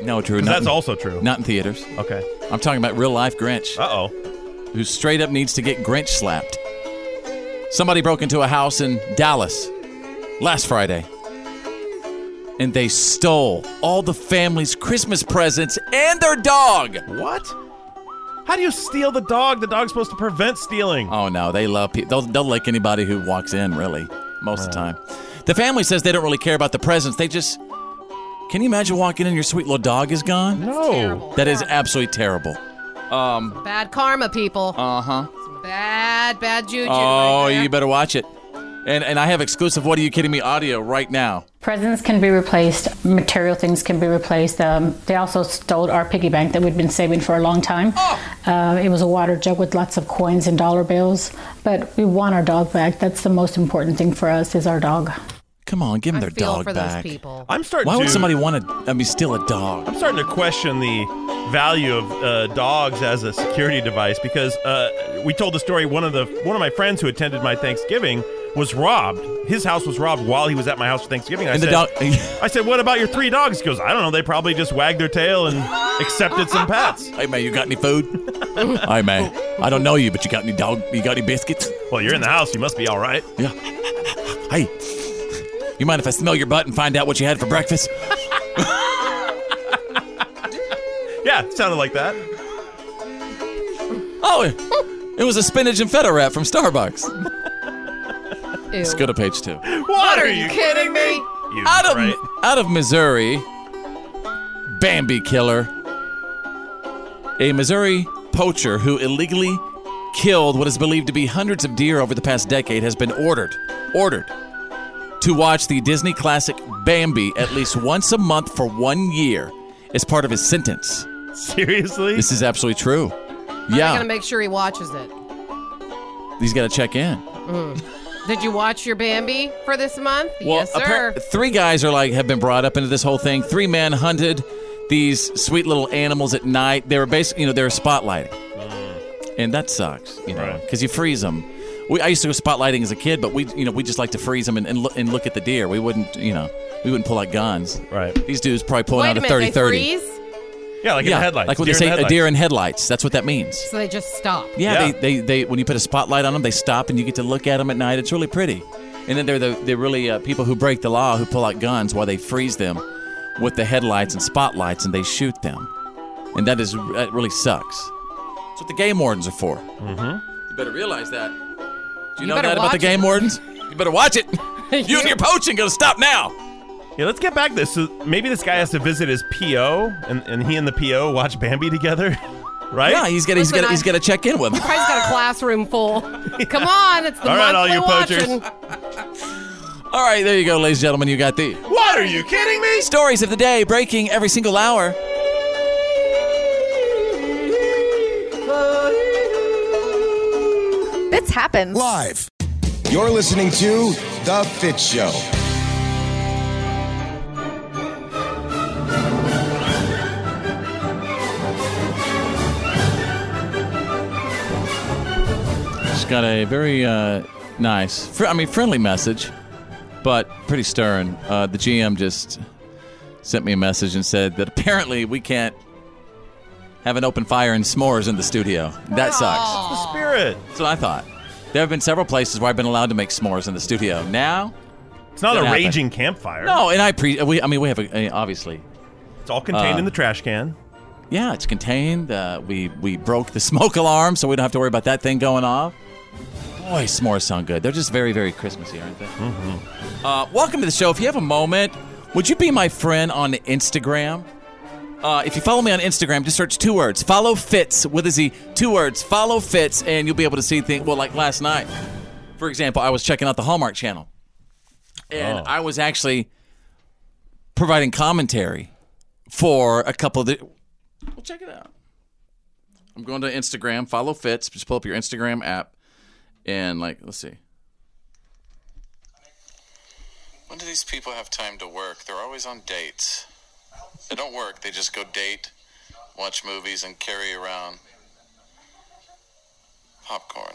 No, Drew. 'Cause Not that's in, also true. not in theaters. Okay. I'm talking about real life Grinch, Uh oh. who straight up needs to get Grinch slapped. Somebody broke into a house in Dallas last Friday, and they stole all the family's Christmas presents and their dog. What? How do you steal the dog? The dog's supposed to prevent stealing. Oh no, they love people. They'll, they'll lick anybody who walks in, really, most of the time. The family says they don't really care about the presents. They just. Can you imagine walking in, your sweet little dog is gone? no. Oh. That is absolutely terrible. Bad karma, people. Uh huh. Bad, bad juju. Oh, right there. you better watch it. And and I have exclusive. What are you kidding me? Audio right now. Presents can be replaced, material things can be replaced. Um, they also stole our piggy bank that we'd been saving for a long time. Uh, it was a water jug with lots of coins and dollar bills, but we want our dog back. That's the most important thing for us is our dog. Come on, give them I their feel dog for back. those people. I'm starting. Why to, would somebody want to? I mean, steal a dog. I'm starting to question the value of uh, dogs as a security device because uh, we told the story. One of the one of my friends who attended my Thanksgiving was robbed. His house was robbed while he was at my house for Thanksgiving. I And the said, dog. I said, "What about your three dogs?" He goes, "I don't know. They probably just wagged their tail and accepted some pets." Hey man, you got any food? hey man, I don't know you, but you got any dog? You got any biscuits? Well, you're in the house. You must be all right. Yeah. Hey, you mind if I smell your butt and find out what you had for breakfast? Yeah, it sounded like that. Oh, it- it was a spinach and feta wrap from Starbucks. Ew. Let's go to page two. What, are you kidding me? You out of right. out of Missouri, Bambi killer, a Missouri poacher who illegally killed what is believed to be hundreds of deer over the past decade has been ordered ordered to watch the Disney classic Bambi at least once a month for one year as part of his sentence. Seriously? This is absolutely true. I'm gonna Yeah, make sure he watches it. he's got to check in. Did you watch your Bambi for this month? yes, sir. appar- three guys are like have been brought up into this whole thing. Three men hunted these sweet little animals at night. They were basically, you know, they were spotlighting, and that sucks, you know, Mm. Right. because you freeze them. We, I used to go spotlighting as a kid, but we, you know, we just like to freeze them and, and, look, and look at the deer. We wouldn't, you know, we wouldn't pull out guns. Right. These dudes probably pulling Wait out a a minute, 30 they 30. freeze, Yeah, like in Yeah, the headlights. like when deer in they say the a deer headlights. in headlights. That's what that means. so they just stop. Yeah, Yeah. They, they, they when you put a spotlight on them, they stop and you get to look at them at night. It's really pretty. And then they're the they're really uh, people who break the law who pull out guns while they freeze them with the headlights and spotlights and they shoot them. And that is that really sucks. That's what the game wardens are for. Mm-hmm. You better realize that. Do you, You know better that about the watch game it. wardens? You better watch it. you and your poaching gonna stop now. Yeah, let's get back to this. So maybe this guy has to visit his PO, and, and he and the PO watch Bambi together, right? Yeah, he's gonna he's Listen, gonna I- he's gonna check in with him. Probably's got a classroom full. Come on, it's the All right, month all we're you poachers. watching. All right, there you go, ladies and gentlemen. You got the what are you kidding me? stories of the day breaking every single hour. Fitz happens. Live. You're listening to The Fit Show. She's got a very uh, nice, fr- I mean, friendly message, but pretty stern. Uh, the GM just sent me a message and said that apparently we can't have an open fire and s'mores in the studio. That sucks. The spirit. That's what I thought. There have been several places where I've been allowed to make s'mores in the studio. Now, It's not That a happened. raging campfire. no, and I pre- we, I mean, we have a, a- obviously, It's all contained Uh, in the trash can. yeah, it's contained. Uh, we we broke the smoke alarm, so we don't have to worry about that thing going off. Boy, s'mores sound good. They're just very, very Christmassy, aren't they? Mm-hmm. Uh, welcome to the show. If you have a moment, would you be my friend on Instagram? Uh, if you follow me on Instagram, just search two words. Follow Fitz with a Z. Two words. Follow Fitz, and you'll be able to see things. Well, like last night, for example, I was checking out the Hallmark Channel, and Oh. I was actually providing commentary for a couple of the. Well, check it out. I'm going to Instagram. Follow Fitz. Just pull up your Instagram app, and like, let's see. When do these people have time to work? They're always on dates. They don't work, they just go date, watch movies, and carry around. popcorn.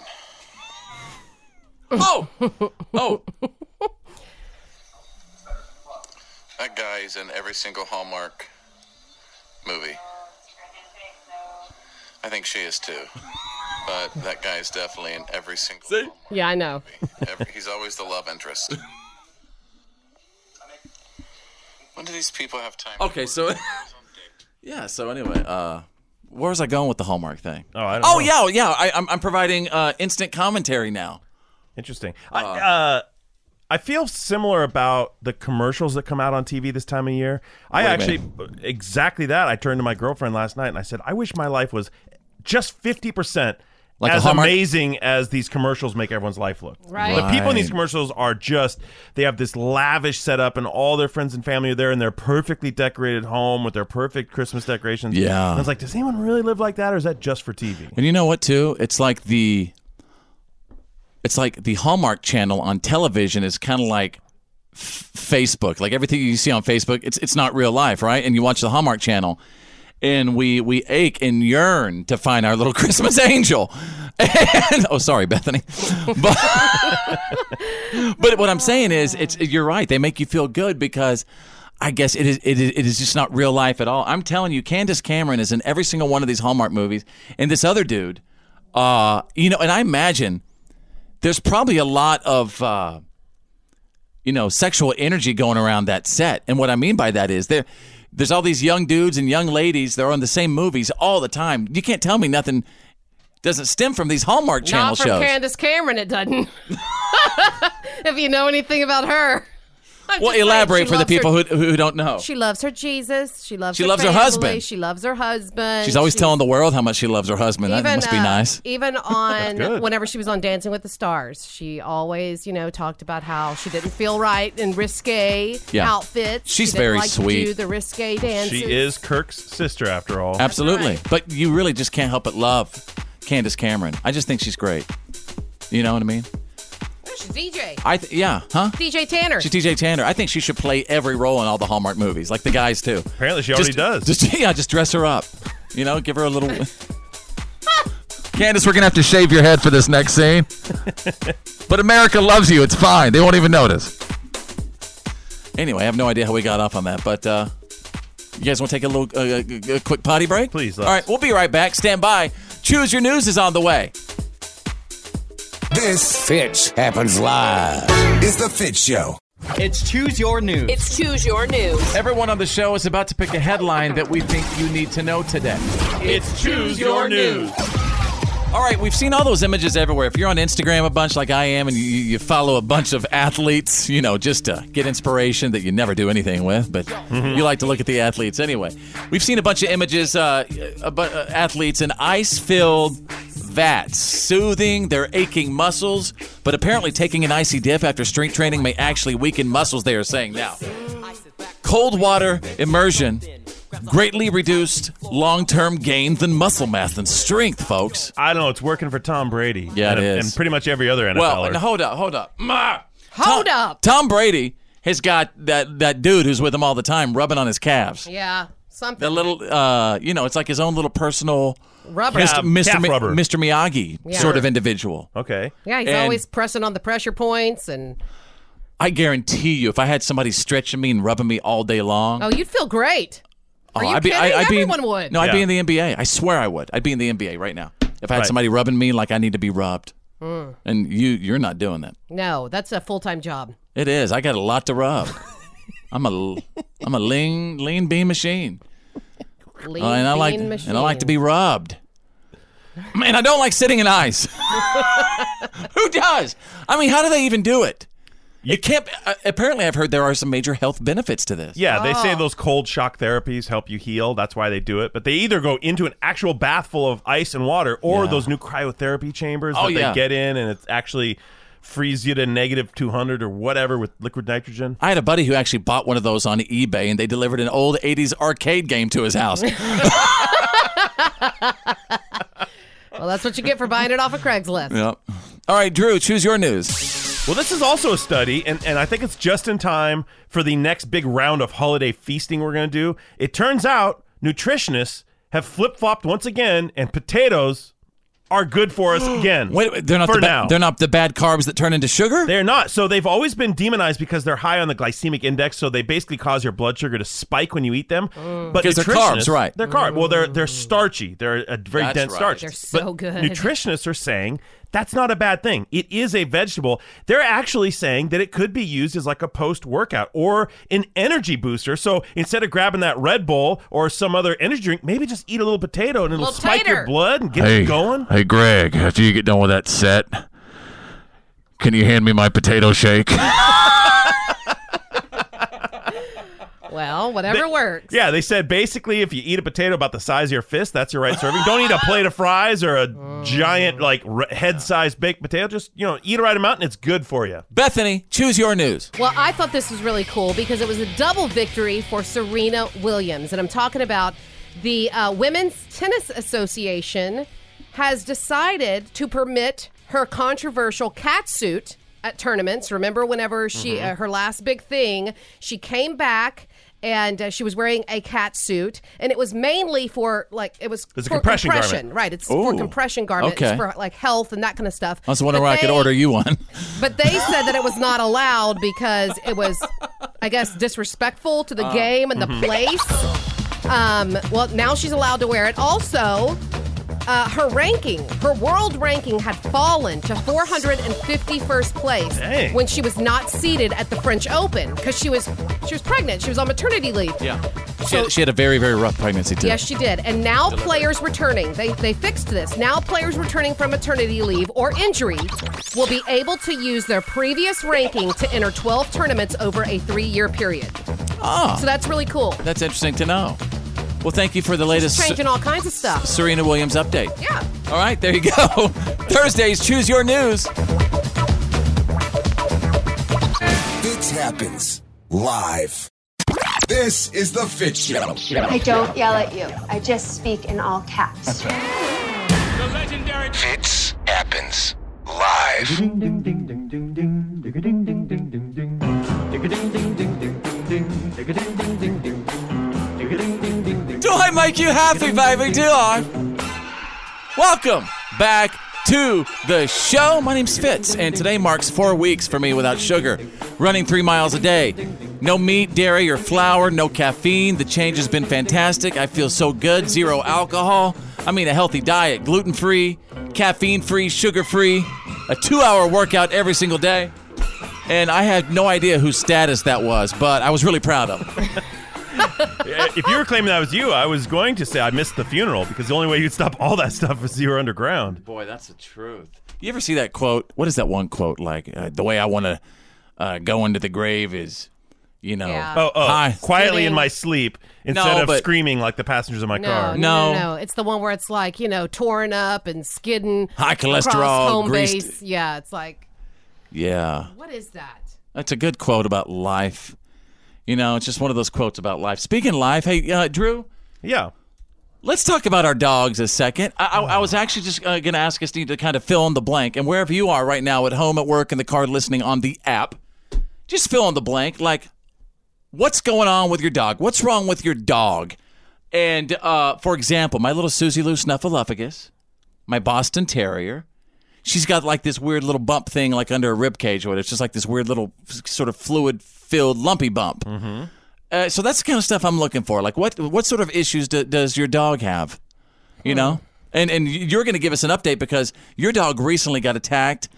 Oh! oh! That guy is in every single Hallmark movie. I think she is too. But that guy is definitely in every single. Yeah, I know. Every, he's always the love interest. When do these people have time? Okay, so yeah, so anyway, uh, where was I going with the Hallmark thing? Oh, I don't oh yeah, know. yeah. I, I'm, I'm providing uh, instant commentary now. Interesting. I, uh, I feel similar about the commercials that come out on TV this time of year. I Wait a actually exactly that. I turned to my girlfriend last night and I said, "I wish my life was just fifty percent." Like a as Hallmark- amazing as these commercials make everyone's life look. Right. The people in these Right. commercials are just, they have this lavish setup, and all their friends and family are there in their perfectly decorated home with their perfect Christmas decorations. Yeah. And I was like, does anyone really live like that, or is that just for TV? And you know what too? It's like the it's like the Hallmark channel on television is kind of like f- Facebook. Like everything you see on Facebook, it's it's not real life, right? And you watch the Hallmark channel and we we ache and yearn to find our little Christmas angel. And, oh, sorry, Bethany. But but what I'm saying is it's you're right. They make you feel good because I guess it is, it is it is just not real life at all. I'm telling you, Candace Cameron is in every single one of these Hallmark movies, and this other dude, uh, you know, and I imagine there's probably a lot of uh, you know sexual energy going around that set, and what I mean by that is there. There's all these young dudes and young ladies. They're on the same movies all the time. You can't tell me nothing doesn't stem from these Hallmark channel Not from shows. Candace Cameron, it doesn't. if you know anything about her. I'm well, just saying, elaborate she for the loves people her- who, who don't know. She loves her Jesus. She loves. She her loves her family, husband. She loves her husband. She's always She- telling the world how much she loves her husband. that must be uh, nice. Even good. on whenever she was on Dancing with the Stars, she always, you know, talked about how she didn't feel right in risque Yeah. outfits. She's She didn't very like to sweet. do the risque dances. She is Kirk's sister, after all. Absolutely. But you really just can't help but love Candace Cameron. I just think she's great. You know what I mean? She's DJ. I th- yeah, huh? DJ Tanner. She's TJ Tanner. I think she should play every role in all the Hallmark movies, like the guys too. Apparently, she already does. Just yeah, just dress her up. You know, give her a little. Candace, we're gonna have to shave your head for this next scene. but America loves you. It's fine. They won't even notice. Anyway, I have no idea how we got off on that, but uh, you guys want to take a little uh, a, a quick potty break? Please. All right, we'll be right back. Stand by. Choose your news is on the way. This Fitch happens live. Is the Fitch Show. It's Choose Your News. It's Choose Your News. Everyone on the show is about to pick a headline that we think you need to know today. It's Choose Your News. All right, we've seen all those images everywhere. If you're on Instagram a bunch like I am and you, you follow a bunch of athletes, you know, just to get inspiration that you never do anything with, but you like to look at the athletes anyway. We've seen a bunch of images, uh, a bu- uh, athletes in ice filled vats, soothing their aching muscles, but apparently taking an icy dip after strength training may actually weaken muscles, they are saying now. Cold water immersion greatly reduced long term gains in muscle mass and strength, folks. I don't know. It's working for Tom Brady. Yeah, it and, is. and pretty much every other NFLer. Well, now, hold up, hold up. Hold up. Tom Brady has got that, that dude who's with him all the time rubbing on his calves. Yeah. Something. That little, uh, you know, it's like his own little personal Rubber. Mr. Calf- Mr. calf Mi- rubber. Mr. Miyagi Yeah. sort of individual. Okay. Yeah, he's always pressing on the pressure points, and I guarantee you, if I had somebody stretching me and rubbing me all day long, oh, you'd feel great. Are you kidding? Everyone Oh, be, would. No, I'd be Yeah. in the NBA. I swear I would. I'd be in the NBA right now if I had Right. somebody rubbing me like I need to be rubbed. Mm. And you, you're not doing that. No, that's a full time job. It is. I got a lot to rub. I'm a, I'm a lean, lean bean machine. Lean, Uh, and I like, mean machine. and I like to be rubbed. Man, I don't like sitting in ice. Who does? I mean, how do they even do it? It can't. Uh, apparently, I've heard there are some major health benefits to this. Yeah, they say those cold shock therapies help you heal. That's why they do it. But they either go into an actual bath full of ice and water or Yeah. those new cryotherapy chambers Oh, that yeah. they get in and it's actually frees you to negative 200 or whatever with liquid nitrogen. I had a buddy who actually bought one of those on eBay, and they delivered an old '80s arcade game to his house. Well, that's what you get for buying it off of Craigslist. Yep. All right, Drew, choose your news. Well, this is also a study, and, and I think it's just in time for the next big round of holiday feasting we're going to do. It turns out nutritionists have flip flopped once again, and potatoes are good for us again. Wait, they're not for the ba- now. they're not the bad carbs that turn into sugar. They're not. So they've always been demonized because they're high on the glycemic index. So they basically cause your blood sugar to spike when you eat them. Mm. But Because they're carbs, nutritionists- right. They're carb. Well, they're they're starchy. They're a very That's dense right. starch. They're But so good. Nutritionists are saying that's not a bad thing. It is a vegetable. They're actually saying that it could be used as like a post workout or an energy booster. So instead of grabbing that Red Bull or some other energy drink, maybe just eat a little potato and it'll Little spike your tater. blood and get you going. Hey, Greg, after you get done with that set, can you hand me my potato shake? Well, whatever They- works. Yeah, they said basically if you eat a potato about the size of your fist, that's your right serving. Don't eat a plate of fries or a giant like r- head-sized baked potato. Just you know, eat a right amount and it's good for you. Bethany, choose your news. Well, I thought this was really cool because it was a double victory for Serena Williams. And I'm talking about the uh, Women's Tennis Association has decided to permit her controversial cat suit at tournaments. Remember, whenever she, Mm-hmm. Mhm. uh, her last big thing, she came back. And uh, she was wearing a cat suit, and it was mainly for like it was It's a for compression garment. right? It's Ooh. for compression garments Okay. for like health and that kind of stuff. I was wondering But where I could they- order you one. but they said that it was not allowed because it was, I guess, disrespectful to the Oh. game and the Mhm. place. Um, well, now she's allowed to wear it. Also, uh, her ranking, her world ranking had fallen to 451st place Dang. when she was not seated at the French Open because she was she was pregnant. She was on maternity leave. Yeah. She had, she had a very, very rough pregnancy, too. Yes, she did. And now Delivered. players returning, they, they fixed this. Now players returning from maternity leave or injury will be able to use their previous ranking to enter 12 tournaments over a three year period. Ah. So that's really cool. That's interesting to know. Well, thank you for the latest Changing all kinds of stuff. Serena Williams update. Yeah. All right, there you go. Thursdays, choose your news. Fitz happens live. This is the Fit Show. I don't yell at you. I just speak in all caps. That's right. Fitz happens live. Do I make you happy, baby? Do I? Welcome back to the show. My name's Fitz, and today marks four weeks for me without sugar, running three miles a day. No meat, dairy, or flour, no caffeine. The change has been fantastic. I feel so good. Zero alcohol. I mean, a healthy diet gluten free, caffeine free, sugar free, a two hour workout every single day. And I had no idea whose status that was, but I was really proud of it. Yeah, if you were claiming that was you, I was going to say I missed the funeral because the only way you'd stop all that stuff is you were underground. Boy, that's the truth. You ever see that quote? What is that one quote like? Uh, the way I want to uh, go into the grave is, you know, Yeah. Oh, oh, hi. quietly in my sleep instead No, of but- screaming like the passengers in my No, car. no, no, no. It's the one where it's like, you know, torn up and skidding. High across cholesterol, home greased- base. Yeah, it's like, Yeah, what is that? that's a good quote about life. You know, it's just one of those quotes about life. Speaking of life, hey, uh, Drew. Yeah. Let's talk about our dogs a second. I, I, I was actually just uh, going to ask us to kind of fill in the blank, and wherever you are right now, at home, at work, in the car, listening on the app, just fill in the blank. Like, what's going on with your dog? What's wrong with your dog? And uh, for example, my little Susie Lou Snuffleupagus, my Boston Terrier, she's got like this weird little bump thing, like under a rib cage or whatever. It's just like this weird little sort of fluid-filled lumpy bump. Mm-hmm. Uh, so that's the kind of stuff I'm looking for. Like, what what sort of issues do, does your dog have? Hmm. You know, and and you're going to give us an update because your dog recently got attacked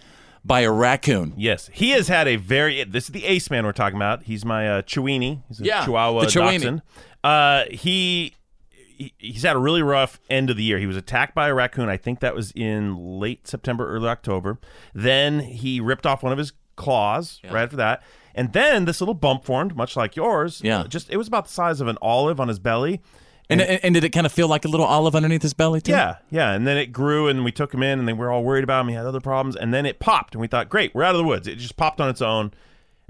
by a raccoon. Yes, he has had a very. This is the Ace Man we're talking about. He's my uh, Chiweenie. He's a Yeah, Chihuahua the Chiweenie. dachshund. Uh, he, he he's had a really rough end of the year. He was attacked by a raccoon. I think that was in late September, early October. Then he ripped off one of his claws right after that. And then this little bump formed, much like yours. Yeah, just it was about the size of an olive on his belly. And, and, and did it kind of feel like a little olive underneath his belly too? Yeah, yeah. And then it grew, and we took him in, and then we were all worried about him. He had other problems, and then it popped, and we thought, great, we're out of the woods. It just popped on its own.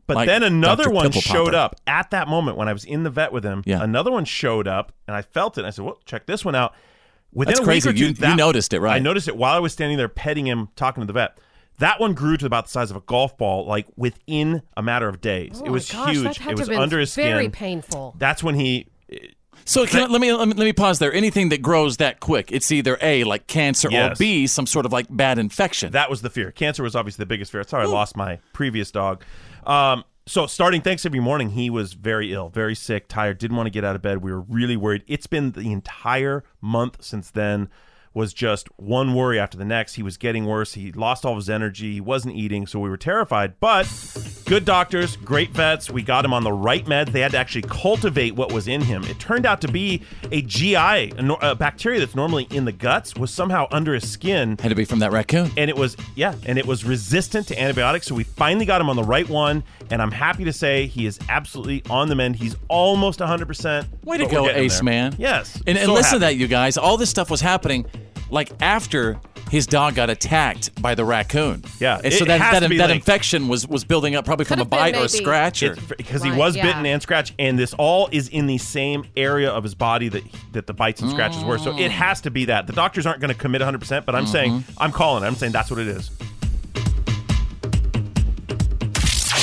But Like then another Dr. one Pimple showed Popper. up at that moment when I was in the vet with him. Yeah. Another one showed up, and I felt it. And I said, well, check this one out. Within That's a week crazy. or two, You- you that- noticed it, right? I noticed it while I was standing there petting him, talking to the vet. That one grew to about the size of a golf ball, like within a matter of days. Oh it was my gosh, huge. That had it was to have been under his very skin. painful. That's when he. So can, let, me, let me let me pause there. Anything that grows that quick, it's either a like cancer or Yes. b some sort of like bad infection. That was the fear. Cancer was obviously the biggest fear. That's how I lost my previous dog. Um, so starting Thanksgiving morning, he was very ill, very sick, tired, didn't want to get out of bed. We were really worried. It's been the entire month since then was just one worry after the next. He was getting worse. He lost all of his energy. He wasn't eating, so we were terrified. But good doctors, great vets. We got him on the right meds. They had to actually cultivate what was in him. It turned out to be a GI, a, nor- a bacteria that's normally in the guts, was somehow under his skin. Had to be from that raccoon. And it was yeah, and it was resistant to antibiotics. So we finally got him on the right one, and I'm happy to say he is absolutely on the mend. He's almost 100. percent Way to go, Ace Man. Yes, And, and So listen to happy. that, you guys. All this stuff was happening like after his dog got attacked by the raccoon. Yeah, And so it that has that, to be that linked. infection was was building up probably from a bite or a scratch or because he was bitten and scratched, and this all is in the same area of his body that that the bites and scratches were. So Mm. it has to be that. The doctors aren't going to commit 100, percent but I'm saying Mm-hmm. I'm calling. it. I'm saying that's what it is.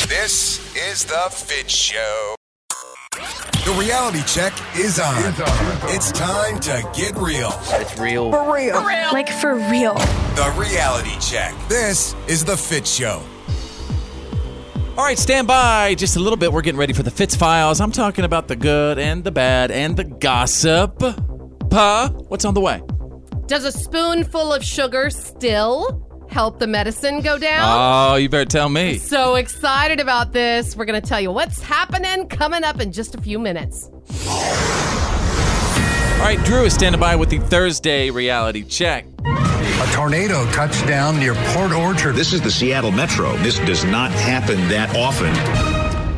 This is The Fit Show. The reality check is on. It's, time to get real. It's real. For real. Like for real. The reality check. This is The Fit Show. All right, stand by just a little bit. We're getting ready for the Fitz Files. I'm talking about the good and the bad and the gossip. Pa, what's on the way? Does a spoonful of sugar still help the medicine go down? Oh, you better tell me. So excited about this. We're going to tell you what's happening coming up in just a few minutes. All right, Drew is standing by with the Thursday reality check. A tornado touched down near Port Orchard. This is the Seattle Metro. This does not happen that often.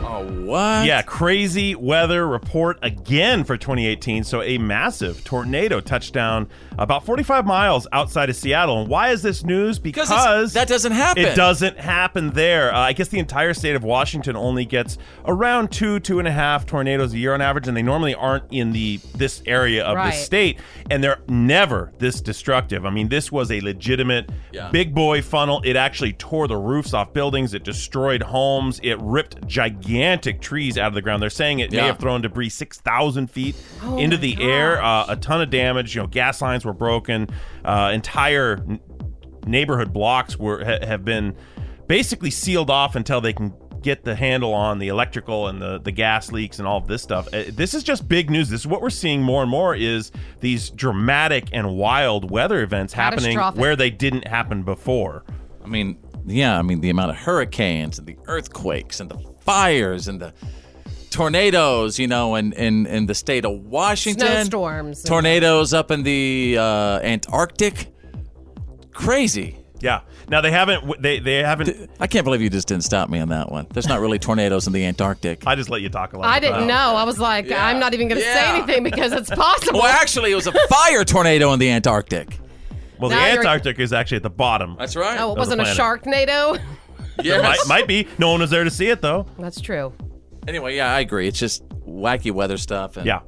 Oh, What? Yeah, crazy weather report again for 2018. So a massive tornado touchdown about 45 miles outside of Seattle. And why is this news? Because it's- that doesn't happen. It doesn't happen there. Uh, I guess the entire state of Washington only gets around two, two and a half tornadoes a year on average, and they normally aren't in the this area of Right. the state, and they're never this destructive. I mean, this was a legitimate Yeah. big boy funnel. It actually tore the roofs off buildings. It destroyed homes. It ripped gigantic trees out of the ground. They're saying it Yeah. may have thrown debris 6,000 feet Oh into my the air. Uh, a ton of damage. You know, gas lines were broken. Uh, entire n- neighborhood blocks were ha- have been basically sealed off until they can get the handle on the electrical and the, the gas leaks and all of this stuff. Uh, This is just big news. This is what we're seeing more and more is these dramatic and wild weather events happening Catastrophic. where they didn't happen before. I mean, yeah, I mean the amount of hurricanes and the earthquakes and the fires and the tornadoes, you know, and in, in the state of Washington. Snowstorms. Tornadoes up in the uh, Antarctic. Crazy. Yeah. Now they haven't they they haven't I can't believe you just didn't stop me on that one. There's not really tornadoes in the Antarctic. I just let you talk a lot. Uh, I didn't know. I was like, Yeah. I'm not even going to Yeah. say anything because it's possible. Well, actually, it was a fire tornado in the Antarctic. Well, Now the you're- Antarctic is actually at the bottom. That's right. oh, it wasn't a Sharknado. Yes. might, might be. No one was there to see it though. That's true. Anyway, yeah, I agree. It's just wacky weather stuff. And Yeah.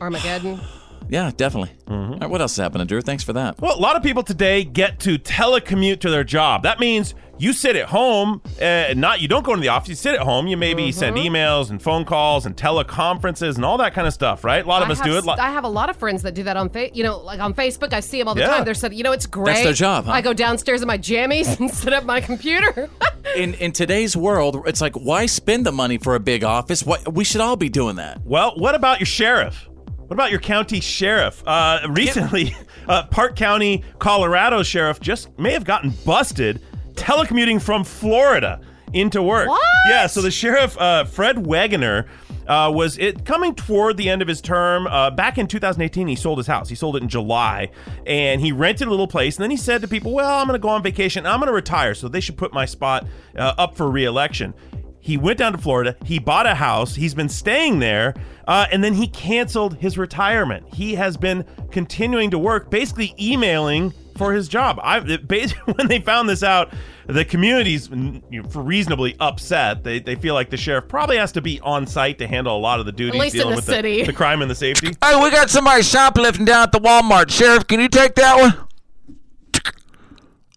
Armageddon. Yeah, definitely. All right, what else is happening, Drew? Thanks for that. Well, a lot of people today get to telecommute to their job. That means you sit at home, uh, not you don't go into the office. You sit at home. You maybe Mm-hmm. send emails and phone calls and teleconferences and all that kind of stuff, right? A lot of I us have, do it. s- I have a lot of friends that do that on fa- you know, like on Facebook. I see them all the Yeah. time. They're said, you know, it's great. their job, huh? I go downstairs in my jammies and set up my computer. In in today's world, it's like why spend the money for a big office? What we should all be doing that. Well, what about your sheriff? What about your county sheriff? Uh, recently, uh, Park County, Colorado sheriff just may have gotten busted telecommuting from Florida into work. What? Yeah, so the sheriff, uh, Fred Wegener, uh, was it coming toward the end of his term? Uh, back in 2018, he sold his house. He sold it in July, and he rented a little place. And then he said to people, "Well, I'm going to go on vacation. I'm going to retire, so they should put my spot uh, up for reelection." He went down to Florida. He bought a house. He's been staying there, uh, and then he canceled his retirement. He has been continuing to work, basically emailing for his job. I it, bas- when they found this out, the community's mm, you know, for reasonably upset. They, they feel like the sheriff probably has to be on site to handle a lot of the duties least in dealing the with city. The, the crime and the safety. Hey, we got somebody shoplifting down at the Walmart. Sheriff, can you take that one?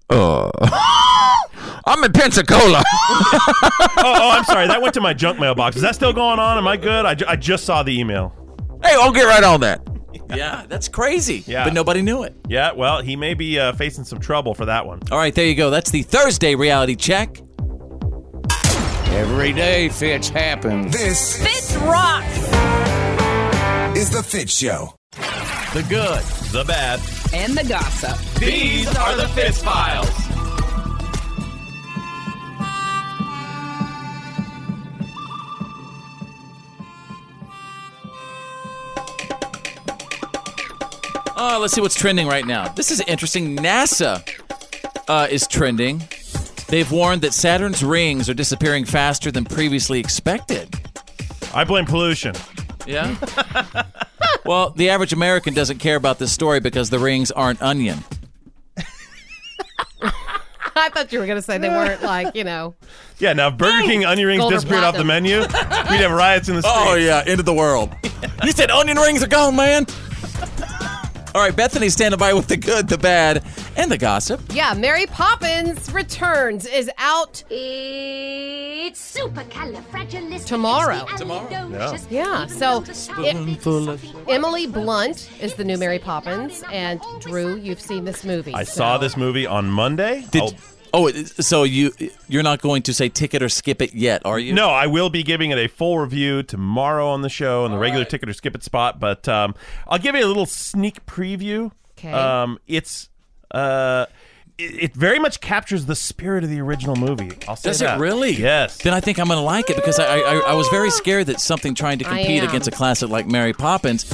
Uh, I'm in Pensacola. oh, oh, I'm sorry. That went to my junk mailbox. Is that still going on? Am I good? I, ju- I just saw the email. Hey, I'll get right on that. Yeah, that's crazy. Yeah. But nobody knew it. Yeah, well, he may be uh, facing some trouble for that one. All right, there you go. That's the Thursday reality check. Every day, Fitz happens. This Fitz rock. is the Fit Show. The good, the bad. And the gossip. These are the Fitz Files. Oh, let's see what's trending right now. This is interesting. NASA uh, is trending. They've warned that Saturn's rings are disappearing faster than previously expected. I blame pollution. Yeah. well, the average American doesn't care about this story because the rings aren't onion. I thought you were going to say they weren't like, you know. Yeah, now if Burger King onion rings Gold or disappeared off the platinum. menu, we'd have riots in the streets. Oh yeah, end of the world. you said onion rings are gone, man. All right, Bethany's standing by with the good, the bad, and the gossip. Yeah, Mary Poppins Returns is out It's supercalifragilistic. tomorrow. Tomorrow. Yeah, so it- Emily Blunt is the new Mary Poppins, and Drew, you've seen this movie. I saw this movie on Monday. Did, oh, it- so you you're not going to say ticket or skip it yet, are you? No, I will be giving it a full review tomorrow on the show on the regular ticket or skip it spot, but um, I'll give you a little sneak preview. 'Kay. Um, it's uh, it, it very much captures the spirit of the original movie. I'll say Does that. it really? Yes. Then I think I'm going to like it because I, I I was very scared that something trying to I compete am. against a classic like Mary Poppins,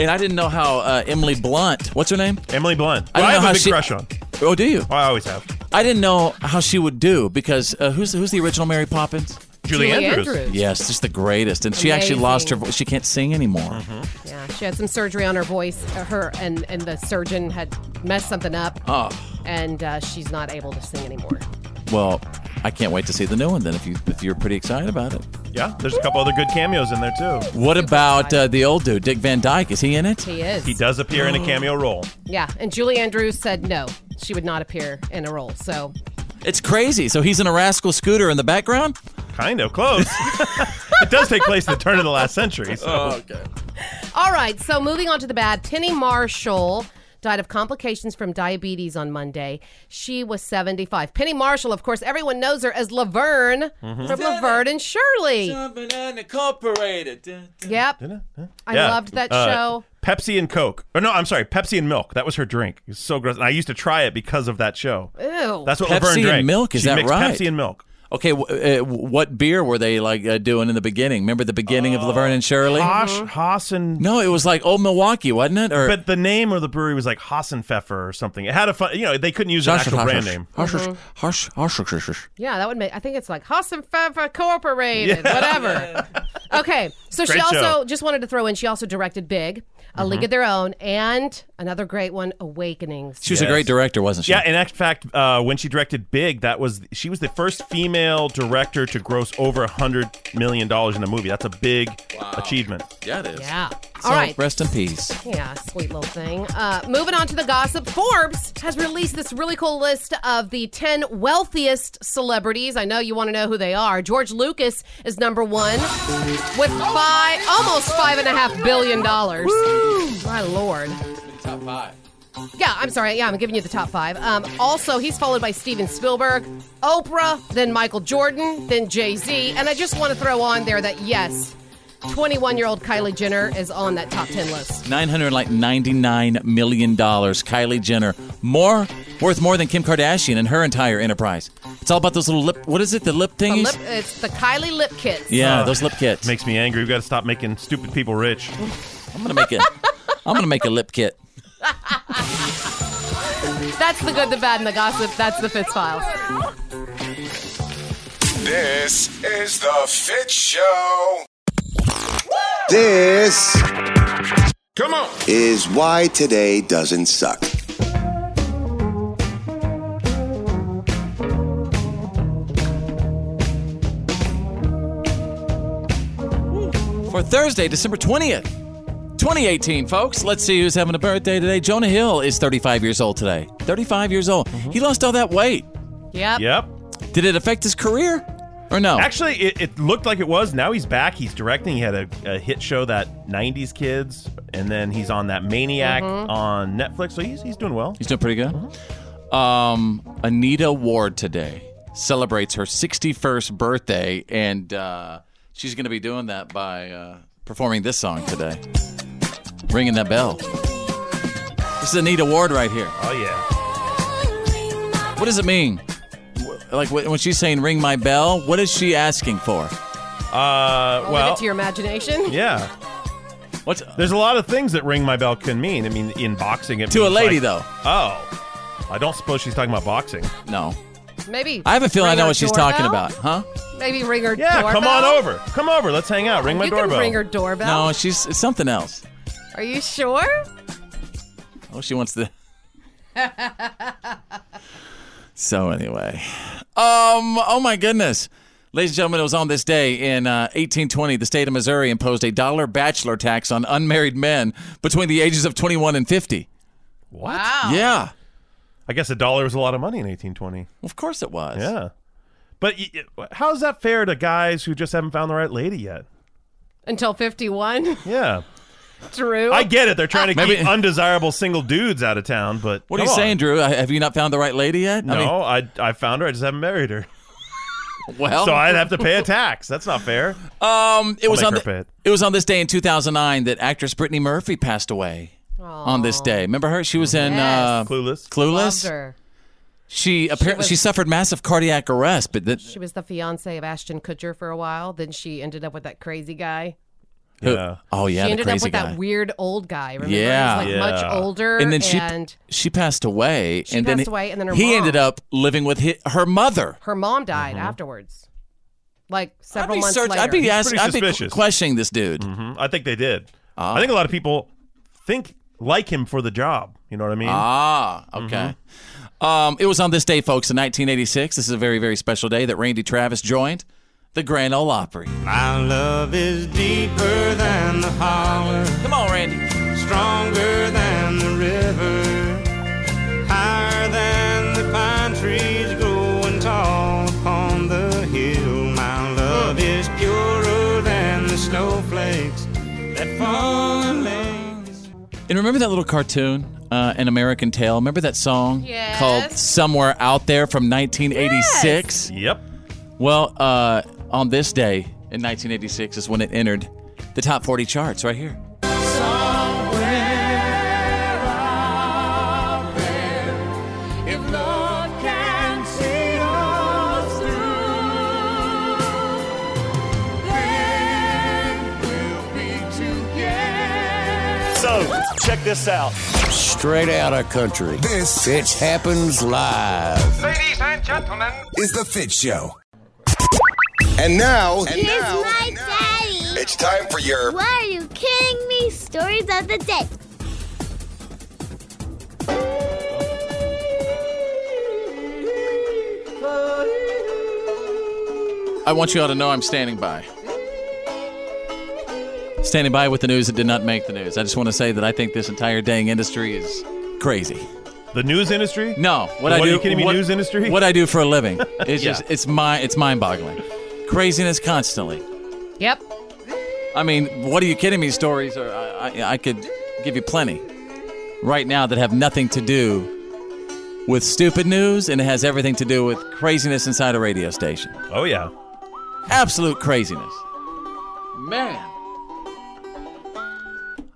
and I didn't know how uh, Emily Blunt. What's her name? Emily Blunt. I, didn't Well, I know have a how big she, crush on. Oh, do you? I always have. I didn't know how she would do because uh, who's who's the original Mary Poppins? Julie Julie Andrews. Andrews. Yes, just the greatest, and she actually Amazing. lost her. voice. She can't sing anymore. Mm-hmm. Yeah, she had some surgery on her voice, uh, her and and the surgeon had messed something up, Oh and uh, she's not able to sing anymore. well, I can't wait to see the new one. Then, if you if you're pretty excited about it, Yeah, there's a couple other good cameos in there too. what about uh, the old dude, Dick Van Dyke? Is he in it? He is. He does appear in a cameo role. Yeah, and Julie Andrews said no, she would not appear in a role. So It's crazy. So he's in a rascal scooter in the background. Kind of close. it does take place at the turn of the last century. So. okay. All right, so moving on to the bad. Penny Marshall died of complications from diabetes on Monday. She was 75. Penny Marshall, of course, everyone knows her as Laverne Mhm. from Laverne and Shirley. Incorporated. Yep. I Yeah. loved that Uh, show. Pepsi and Coke. Or no, I'm sorry, Pepsi and milk. That was her drink. It was so gross. And I used to try it because of that show. Ew. That's what Pepsi Laverne drank. and milk. Is She that mixed right? Pepsi and milk. Okay, w- uh, what beer were they like uh, doing in the beginning? Remember the beginning of Laverne and Shirley? Hosh, Haas, and Uh-huh. No, it was like Old Milwaukee, wasn't it? Or but the name of the brewery was like Hassenpfeffer or something. It had a fun. You know, they couldn't use an actual brand name. Mhm. Harsh, harsh, harsh, harsh. Yeah, that would make. I think it's like Hassan Pfeffer Corporated, whatever. Okay, so she Great also show. just wanted to throw in. She also directed Big, A League of Their Own, and another great one, Awakenings. She was a great director, wasn't she? Yeah, and in fact, uh, when she directed Big, that was she was the first female director to gross over a hundred million dollars in a movie. That's a big achievement. Yeah, it is. Yeah. So, All right. Rest in peace. Yeah, sweet little thing. Uh, moving on to the gossip, Forbes has released this really cool list of the 10 wealthiest celebrities. I know you want to know who they are. George Lucas is number one with five, almost five and a half billion dollars. My lord. Top five. Yeah, I'm sorry. Yeah, I'm giving you the top five. Um, also, he's followed by Steven Spielberg, Oprah, then Michael Jordan, then Jay Z. And I just want to throw on there that yes, 21 year old Kylie Jenner is on that top 10 list. Nine hundred like ninety-nine million dollars. Kylie Jenner, more worth more than Kim Kardashian and her entire enterprise. It's all about those little lip. What is it? The lip The thingies. lip, it's the Kylie lip kits. Uh, Yeah, those lip kits. Makes me angry. We've got to stop making stupid people rich. I'm gonna make it. I'm gonna make a lip kit. That's the good, the bad, and the gossip. That's the Fitz Files. This is the Fit Show. This Come on. is why today doesn't suck. for Thursday, December 20th, 2018, folks. Let's see who's having a birthday today. Jonah Hill is 35 years old today. Mm-hmm. 35 years old. He lost all that weight. Yep. Yep. Did it affect his career? Or no? Actually, it, it looked like it was. Now he's back. He's directing. He had a, a hit show that '90s Kids, and then he's on that Maniac Mhm. Mm-hmm. on Netflix. So he's he's doing well. He's doing pretty good. Um, Anita Ward today celebrates her 61st birthday, and uh, she's going to be doing that by uh, performing this song today, ringing that bell. This is Anita Ward right here. Oh yeah. What does it mean? Wh- Like wh- when she's saying "ring my bell," what is she asking for? Uh, I'll leave it to your imagination. Yeah. What's There's a lot of things that ring my bell can mean. I mean, in boxing, it To a means lady, like- though. Oh, I don't suppose she's talking about boxing. No, Maybe. I have a feeling I ring know her what she's talking doorbell? about, huh? Maybe ring her Yeah, doorbell. come on over. Come over. Let's hang out. Ring my you doorbell. can ring her doorbell. No, she's it's something else. Are you sure? Oh, she wants the. So anyway, um, oh my goodness, ladies and gentlemen, it was on this day in uh, 1820 the state of Missouri imposed a dollar bachelor tax on unmarried men between the ages of 21 and 50. What? Yeah. I guess a dollar was a lot of money in 1820. Of course it was. Yeah. But y- y- how's that fair to guys who just haven't found the right lady yet? Until 51? Yeah. Drew? I get it. They're trying to Maybe- keep undesirable single dudes out of town, but What are come you on. saying, Drew? I- Have you not found the right lady yet? No, I, I found her. I just haven't married her. Well- so I'd have to pay a tax. That's not fair. Um, Oh. it I'll was make on her the- pay it. was on this day in 2009 that actress Brittany Murphy passed away. On this day, remember her? She was in uh, Clueless. Clueless. She apparently was- she, suffered massive cardiac arrest, but that She was the fiance of Ashton Kutcher for a while. Then she ended up with that crazy guy. who- oh yeah, she the ended up crazy with guy. that weird old guy. Remember? Yeah, He was, like much older. And then she and she passed away, She and then passed he- away, and then her he mom. ended up living with hi her mother. her mom died afterwards, like several months search- later. Mm-hmm. I'd be asking, pretty I'd be suspicious. questioning this dude. Mm-hmm. I think they did. Ah. I think a lot of people think like him for the job. You know what I mean? Ah, okay. Mm-hmm. Um, it was on this day, folks, in 1986. This is a very, very special day that Randy Travis joined the Grand Ole Opry. My love is deeper than the holler. Come on, Randy. Stronger than the river. Higher than the pine trees growing tall upon the hill. My love is purer than the snowflakes that fall in lake. And remember that little cartoon, uh, An American Tale? Remember that song called Somewhere Out There from 1986? Yep. Well, uh, on this day in 1986 is when it entered the top 40 charts right here. If love can see us through, then we'll be together. So, check this out. Straight out of country. This Fitch happens live. Ladies and gentlemen, is the Fit Show. And now, and Here's now, my daddy. it's time for your. Why are you kidding me? Stories of the day. I want you all to know I'm standing by. Standing by with the news that did not make the news. I just want to say that I think this entire dang industry is crazy. The news industry? No, what, I What, do. are you kidding me, what- news industry? What I do for a living. It's Yeah. just it's my it's mind boggling. Craziness constantly. Yep. I mean, what are you kidding me? Stories are I, I, I could give you plenty right now that have nothing to do with stupid news, and it has everything to do with craziness inside a radio station. Oh yeah, absolute craziness. Man.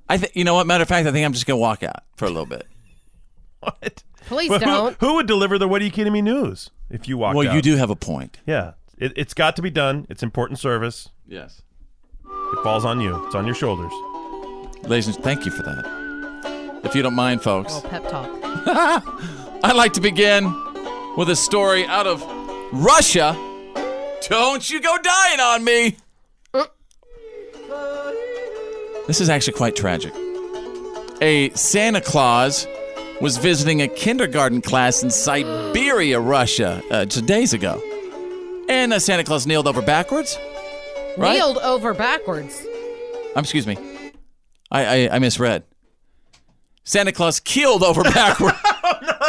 I think you know what. Matter of fact, I think I'm just gonna walk out for a little bit. Please But don't. Who, who would deliver the "What are you kidding me" news if you walked? well, out? you do have a point. Yeah, it, it's got to be done. It's important service. Yes. It falls on you. It's on your shoulders. Ladies and thank you for that. If you don't mind, folks, Oh, Pep talk. I'd like to begin with a story out of Russia. Don't you go dying on me. This is actually quite tragic. A Santa Claus was visiting a kindergarten class in Siberia, Russia, uh, just days ago. And uh, Santa Claus kneeled over backwards. Right? Kneeled over backwards. Um, excuse me. I, I, I misread. Santa Claus keeled over backwards.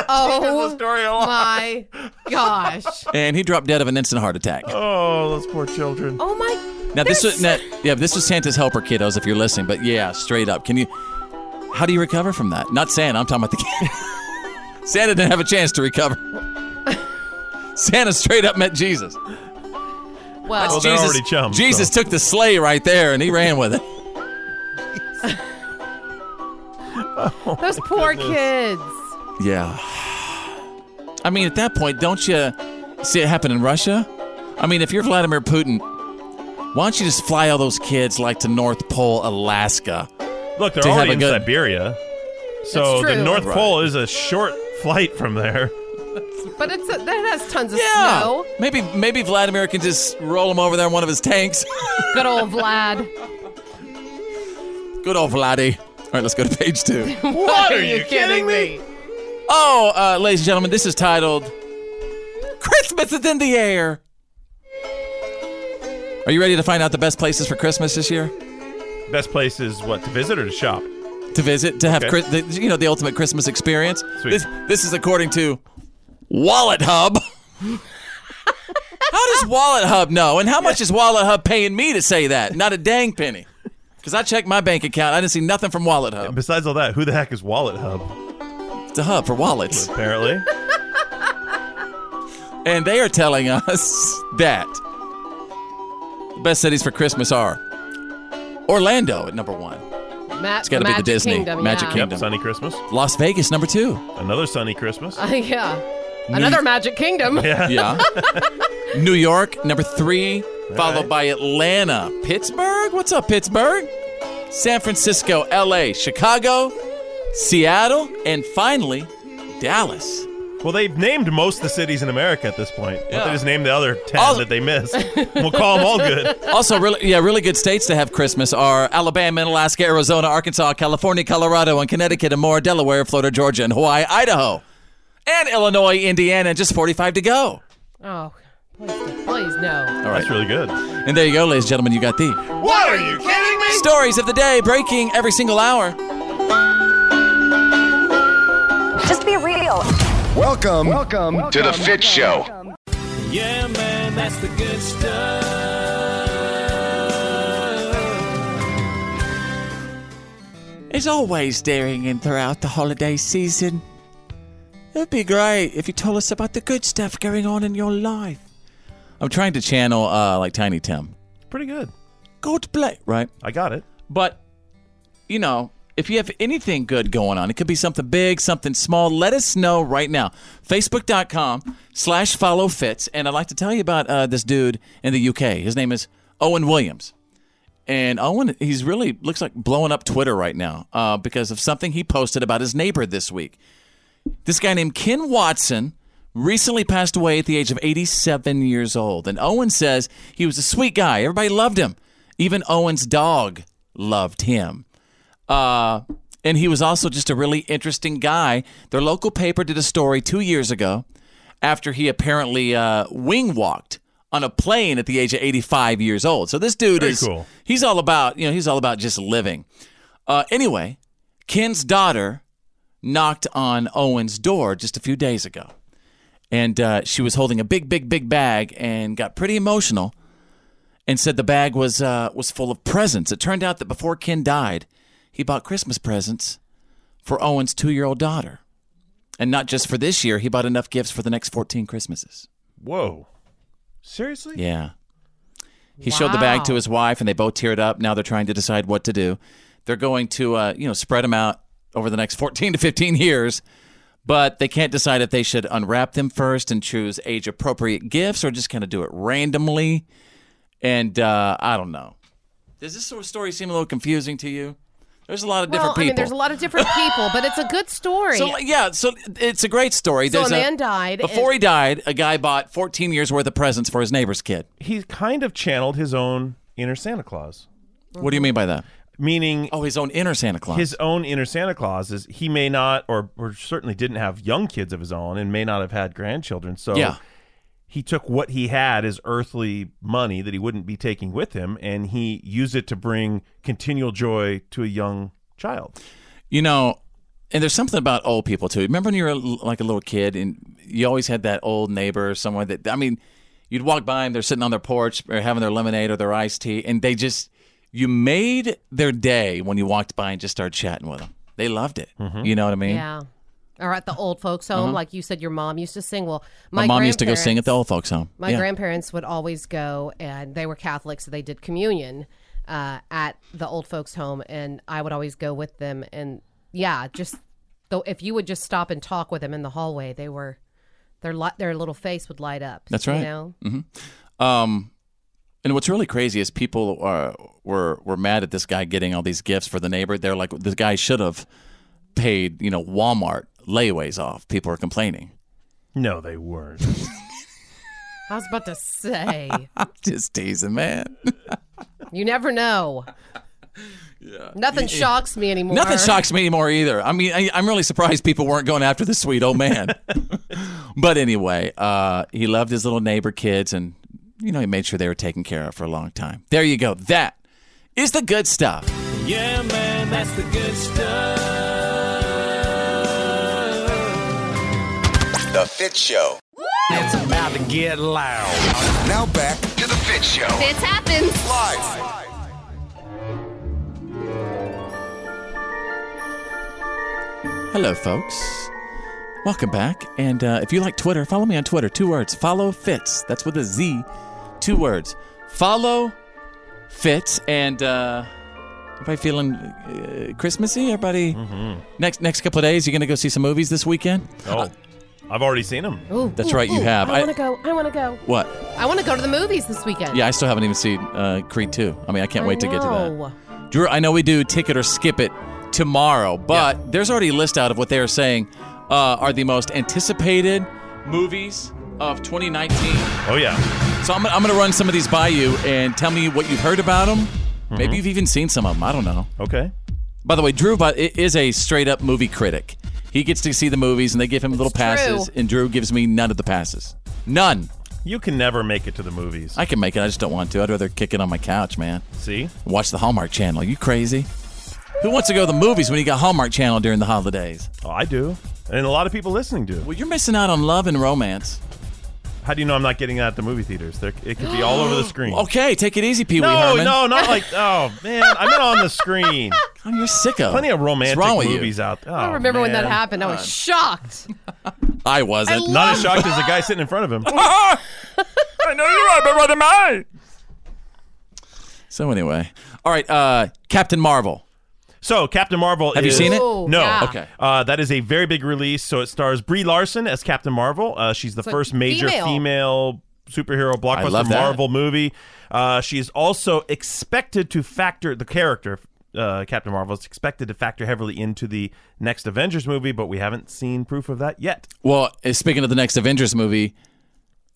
Oh my gosh. and he dropped dead of an instant heart attack. Oh, those poor children. Oh my. Now this There's was now, yeah, this was Santa's helper kiddos. If you're listening, but yeah, straight up, can you? How do you recover from that? Not Santa. I'm talking about the kid. Santa didn't have a chance to recover. Santa straight up met Jesus. Well, That's Jesus, Jesus took the sleigh right there, and he ran with it. those poor goodness. kids. Yeah. I mean, at that point, don't you see it happen in Russia? I mean, if you're Vladimir Putin, why don't you just fly all those kids like to North Pole, Alaska? Look, they're to have already a in good- Siberia. So That's the true. North Right. Pole is a short flight from there. But it's that has tons of Yeah. snow. Maybe maybe Vladimir can just roll him over there in one of his tanks. Good old Vlad. Good old Vladdy. All right, let's go to page two. What are you kidding me? Oh, uh, ladies and gentlemen, this is titled Christmas is in the Air. Are you ready to find out the best places for Christmas this year? Best place is what to visit or to shop. To visit, to have Okay. Chris, the, you know the ultimate Christmas experience. This this is according to Wallet Hub. how does Wallet Hub know? And how much is Wallet Hub paying me to say that? Not a dang penny. Because I checked my bank account, I didn't see nothing from Wallet Hub. Besides all that, who the heck is Wallet Hub? It's a hub for wallets. Apparently. and they are telling us that the best cities for Christmas are Orlando at number one, Ma- It's gotta be the Magic Disney, Kingdom, Magic yeah. Kingdom. Yep, sunny Christmas. Las Vegas number two. Another sunny Christmas. Uh, yeah. Another Magic Kingdom. Yeah. New York, number three, followed by Atlanta. Pittsburgh? What's up, Pittsburgh? San Francisco, LA, Chicago, Seattle, and finally, Dallas. Well, they've named most of the cities in America at this point. Why don't Yeah. They just named the other 10 that they missed. we'll call them all good. Also, really, yeah, really good states to have Christmas are Alabama, and Alaska, Arizona, Arkansas, California, Colorado, and Connecticut, and more, Delaware, Florida, Georgia, and Hawaii, Idaho, and Illinois, Indiana, and just 45 to go. Oh, please, please no. All right. That's really good. And there you go, ladies and gentlemen, you got the What are you kidding me? stories of the day breaking every single hour. Just be real. Welcome, welcome, to the Fit Show. Yeah, man, that's the good As always, during and throughout the holiday season, it'd be great if you told us about the good stuff going on in your life. I'm trying to channel uh, like Tiny Tim, Pretty good. Good play. right? I got it. But, you know, if you have anything good going on, it could be something big, something small, let us know right now. Facebook.com slash follow fits. And I'd like to tell you about uh, this dude in the UK. His name is Owen Williams. And Owen, he's really looks like blowing up Twitter right now uh, because of something he posted about his neighbor this week. This guy named Ken Watson recently passed away at the age of 87 years old. And Owen says he was a sweet guy. Everybody loved him. Even Owen's dog loved him. Uh, and he was also just a really interesting guy. Their local paper did a story two years ago after he apparently uh, wing walked on a plane at the age of 85 years old. So this dude Very is cool. he's all about you know he's all about just living. Uh, anyway, Ken's daughter knocked on Owen's door just a few days ago, and uh, she was holding a big, big, big bag and got pretty emotional, and said the bag was uh, was full of presents. It turned out that before Ken died, he bought Christmas presents for Owen's two year old daughter, and not just for this year. He bought enough gifts for the next fourteen Christmases. Whoa. Seriously? Yeah. He showed the bag to Wow. his wife, and they both teared up. Now they're trying to decide what to do. They're going to, uh, you know, spread them out over the next 14 to 15 years, but they can't decide if they should unwrap them first and choose age appropriate gifts or just kind of do it randomly. And uh, I don't know. Does this sort of story seem a little confusing to you? There's a lot of Well, different I people. mean, there's a lot of different people, but it's a good story. So like, yeah, so it's a great story. So There's a man died. Before and- he died, a guy bought 14 years worth of presents for his neighbor's kid. He kind of channeled his own inner Santa Claus. What Mm-hmm. do you mean by that? Meaning, oh, his own inner Santa Claus. His own inner Santa Claus is he may not, or, or certainly didn't have young kids of his own, and may not have had grandchildren. So Yeah. he took what he had as earthly money that he wouldn't be taking with him, and he used it to bring continual joy to a young child. You know, and there's something about old people too. Remember when you were a l- like a little kid and you always had that old neighbor somewhere that I mean, you'd walk by and they're sitting on their porch or having their lemonade or their iced tea, and they just you made their day when you walked by and just started chatting with them. They loved it. You know what I mean? Yeah. Or at the old folks' home, Uh-huh. like you said, your mom used to sing. Well, My, my, mom used to go sing at the grandparents- old folks' home. My yeah. grandparents would always go, and they were Catholic, so they did communion uh, at the old folks' home, and I would always go with them. And yeah, just though, if you would just stop and talk with them in the hallway, they were their li- their little face would light up. That's right. You know, hmm Um, and what's really crazy is people are were were mad at this guy getting all these gifts for the neighbor. They're like, the guy should have paid, you know, Walmart layaways off. People are complaining. No, they weren't. I was about to say, I'm just teasing, man. you never know. Yeah. Nothing Yeah. shocks me anymore. Nothing shocks me anymore either. I mean, I, I'm really surprised people weren't going after the sweet old man. but anyway, uh, he loved his little neighbor kids, and you know, he made sure they were taken care of for a long time. There you go. That is the good stuff. Yeah, man, that's the good stuff. The Fit Show. It's about to get loud. Now back to the Fit Show. Fits happens. Live. Hello, folks. Welcome back. And uh, if you like Twitter, follow me on Twitter. Two words follow Fitz. That's with a Z. Two words follow Fitz. And uh, everybody feeling uh, Christmassy? Everybody? Next next couple of days, you're going to go see some movies this weekend? Oh, I've already seen them. That's right, you have. I want to go. I want to go. what? I want to go to the movies this weekend. Yeah, I still haven't even seen uh, Creed 2. I mean, I can't wait to get to that. know. Drew, I know we do ticket or skip it tomorrow, but there's already a list out of what they are saying uh, are the most anticipated movies of 2019. Oh, yeah. So I'm, gonna- I'm going to run some of these by you and tell me what you've heard about them. Maybe you've even seen some of them. I don't know. Okay. By the way, Drew but i- is a straight up movie critic. He gets to see the movies and they give him little passes, true. and Drew gives me none of the passes. None. You can never make it to the movies. I can make it. I just don't want to. I'd rather kick it on my couch, man. See? Watch the Hallmark Channel. you crazy? Who wants to go to the movies when you got Hallmark Channel during the holidays? Oh, I do. And a lot of people listening do. Well, you're missing out on love and romance. How do you know I'm not getting that at the movie theaters? There, it could be all over the screen. Okay, take it easy, Pee Wee no, Herman. no, not like. Oh man, I meant on the screen. God, you're sicko. Plenty of romantic What's wrong with you? movies out. there. Oh, I remember when that happened. I was shocked. I wasn't. I not as love- shocked as the guy sitting in front of him. Ah! I know you're right, but what am I? So anyway, all right, uh, Captain Marvel. So Captain Marvel. Have you is- seen it? No. Oh, Ooh, yeah. Okay. Uh, that is a very big release. So it stars Brie Larson as Captain Marvel. Uh, she's the So first major female. female, superhero blockbuster love that. Marvel movie. Uh, she is also expected to factor the character. Uh, Captain Marvel is expected to factor heavily into the next Avengers movie, but we haven't seen proof of that yet. Well, uh, speaking of the next Avengers movie,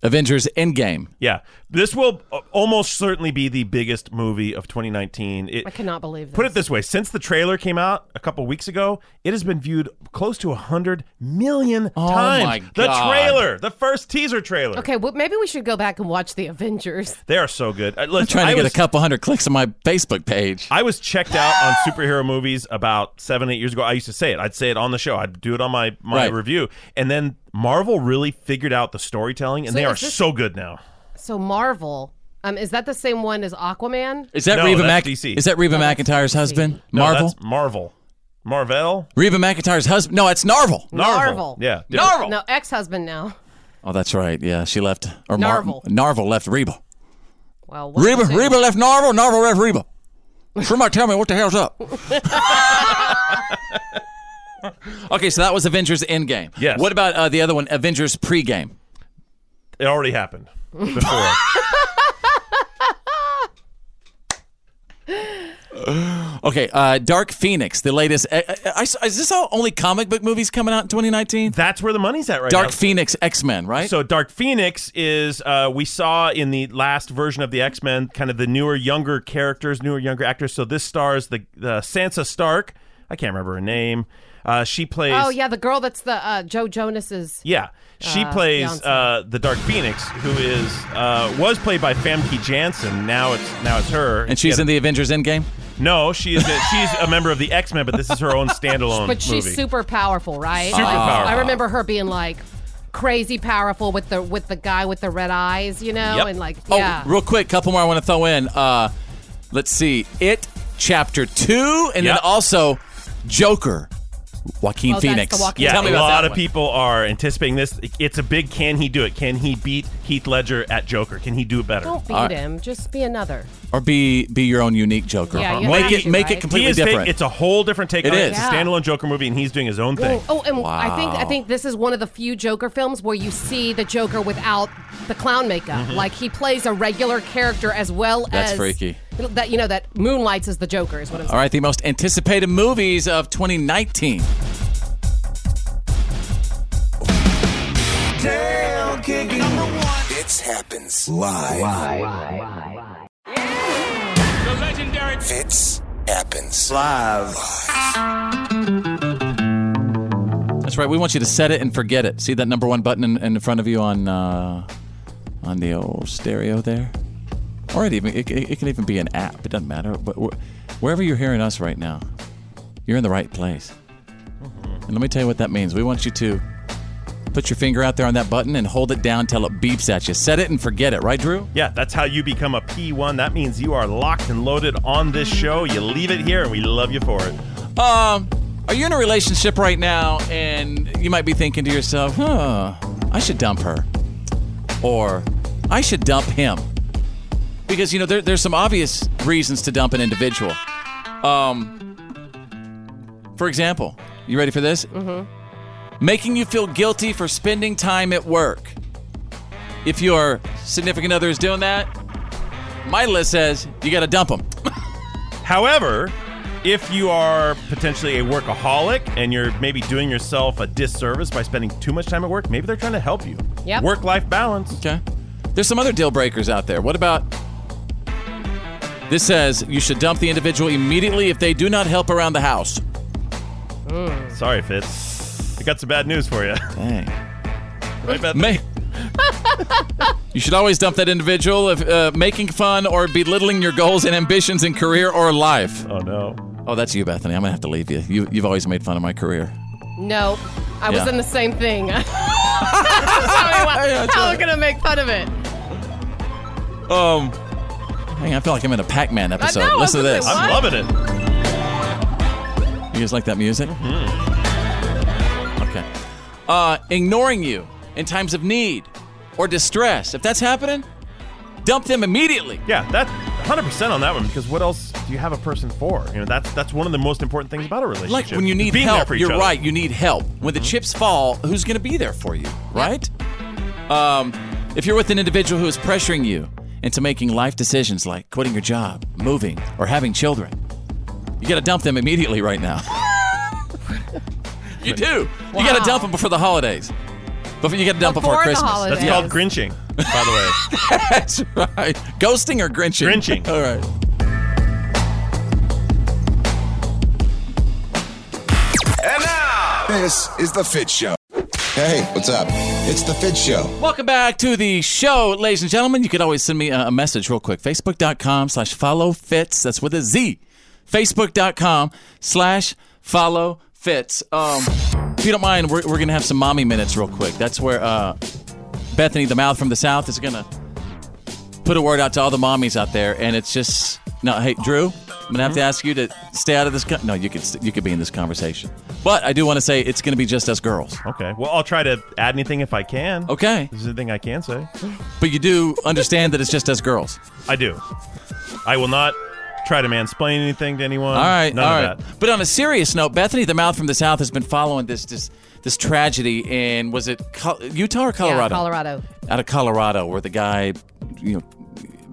Avengers Endgame. Yeah, this will uh, almost certainly be the biggest movie of 2019. It, I cannot believe that. Put it this way: since the trailer came out a couple weeks ago, it has been viewed close to hundred million times. Oh my The God. trailer, the first teaser trailer. Okay, well, maybe we should go back and watch the Avengers. They are so good. Uh, I'm trying to get a couple hundred clicks on my Facebook page. I was checked out on superhero movies about seven, eight years ago. I used to say it. I'd say it on the show. I'd do it on my my Right. review. And then Marvel really figured out the storytelling, and So they are is this- so good now. So Marvel, um, is that the same one as Aquaman? Is that No, Reba that's Mac? DC. Is that Reba McIntyre's husband? No, Marvel. that's Marvel, Marvel, Reba McIntyre's husband? No, it's Narvel. Marvel. Yeah. Narvel. No, ex-husband now. Oh, that's right. Yeah, she left. Or Mar- Narvel. Narvel left Reba. Well, what Reba, was it? Reba left Narvel. Narvel left Reba. Somebody tell me what the hell's up. okay, so that was Avengers Endgame. Yes. What about uh, the other one, Avengers Pregame? It already happened before. okay, uh, Dark Phoenix, the latest. I, I- I- is this all only comic book movies coming out in 2019? That's where the money's at right Dark now. Phoenix X Men, right? So Dark Phoenix is uh, we saw in the last version of the X Men, kind of the newer, younger characters, newer, younger actors. So this stars the, the Sansa Stark. I can't remember her name. Uh, she plays. Oh yeah, the girl that's the uh, Joe Jonas's. Yeah, she Uh, plays fiance. uh, the Dark Phoenix, who is uh, was played by Famke Janssen. Now it's now it's her, and she's in the Avengers Endgame? No, she is a, she's a member of the X Men, but this is her own standalone But she's movie. super powerful, right? Super Ah. powerful. I remember her being like crazy powerful with the with the guy with the red eyes, you know, Yep. and like Oh, yeah. real quick, couple more I want to throw in. Uh, let's see, it chapter two, and then Yep. also Joker, Oh, Joaquin Phoenix. yeah, Tell me a about lot that of one. people are anticipating this. It's a big can he do it? Can he beat Heath Ledger at Joker? Can he do it better? Don't beat him. Just be another. or be be your own unique Joker. Yeah, you make have it to, make right? it completely He is taking- different. it's a whole different take. It on It's is. a standalone Joker movie, and he's doing his own thing. Oh, and I think I think this is one of the few Joker films where you see the Joker without the clown makeup. Mhm. Like he plays a regular character as well Mm-hmm. That's as freaky. That you know that moonlights as the Joker is what I'm saying. All right, the most anticipated movies of 2019. Tail kicking. Number one. Fitz happens live. The legendary Fitz happens live. That's right. We want you to set it and forget it. See that number one button in, in front of you on uh, on the old stereo there, or it even it, it can even be an app. It doesn't matter. But wh- wherever you're hearing us right now, you're in the right place. And let me tell you what that means. We want you to put your finger out there on that button and hold it down till it beeps at you. Set it and forget it. Right, Drew? Yeah, that's how you become a P1. That means you are locked and loaded on this show. You leave it here, and we love you for it. Um, are you in a relationship right now and you might be thinking to yourself, huh, I should dump her? Or I should dump him? Because, you know, there, there's some obvious reasons to dump an individual. Um, for example, you ready for this? Mhm. Making you feel guilty for spending time at work. If your significant other is doing that, my list says you got to dump them. However, if you are potentially a workaholic and you're maybe doing yourself a disservice by spending too much time at work, maybe they're trying to help you. Yep. Work life balance. Okay. There's some other deal breakers out there. What about this says you should dump the individual immediately if they do not help around the house. Sorry, Fitz. I got some bad news for you. Dang. Right, Beth? May- you should always dump that individual if uh, making fun or belittling your goals and ambitions in career or life. Oh no. Oh, that's you, Bethany. I'm gonna have to leave you. you you've always made fun of my career. No, I was Uh, Yeah. in the same thing. Tell me why- How we're gonna make fun of it? Um, Dang, I feel like I'm in a Pac-Man episode. know, I Listen to this. was gonna say, I'm what? loving it. You guys like that music? Mm-hmm. Okay. Uh, ignoring you in times of need or distress. If that's happening, dump them immediately. Yeah, that's 100% on that one because what else do you have a person for? You know, that's that's one of the most important things about a relationship. Like when you need Being there help, for each you're other. Mm-hmm. right. You need help. When the chips fall, who's going to be there for you, right? Um, if you're with an individual who is pressuring you into making life decisions like quitting your job, moving, or having children, you got to dump them immediately right now. you do. You got to dump them before the holidays. Before you got to dump before, Before the Christmas. holidays. That's called grinching, by the way. That's right. Ghosting or grinching? Grinching. All right. This is The Fit Show. Hey, what's up? It's The Fit Show. Welcome back to the show, ladies and gentlemen. You could always send me a a message real quick. Facebook.com slash follow fits. That's with a Z. Facebook.com slash follow fits. Um, if you don't mind, we're, we're going to have some mommy minutes real quick. That's where uh, Bethany, the mouth from the south, is going to put a word out to all the mommies out there. And it's just, no, hey, Drew, I'm going to have to ask you to stay out of this. Con- no, you could, st- you could be in this conversation. But I do want to say it's going to be just us girls. Okay. Well, I'll try to add anything if I can. Okay. This is the thing I can say. But you do understand that it's just us girls. I do. I will not try to mansplain anything to anyone. All right, None all of right. that. But on a serious note, Bethany, the mouth from the south, has been following this this this tragedy in was it Col- Utah or Colorado? Yeah, Colorado. Out of Colorado, where the guy, you know,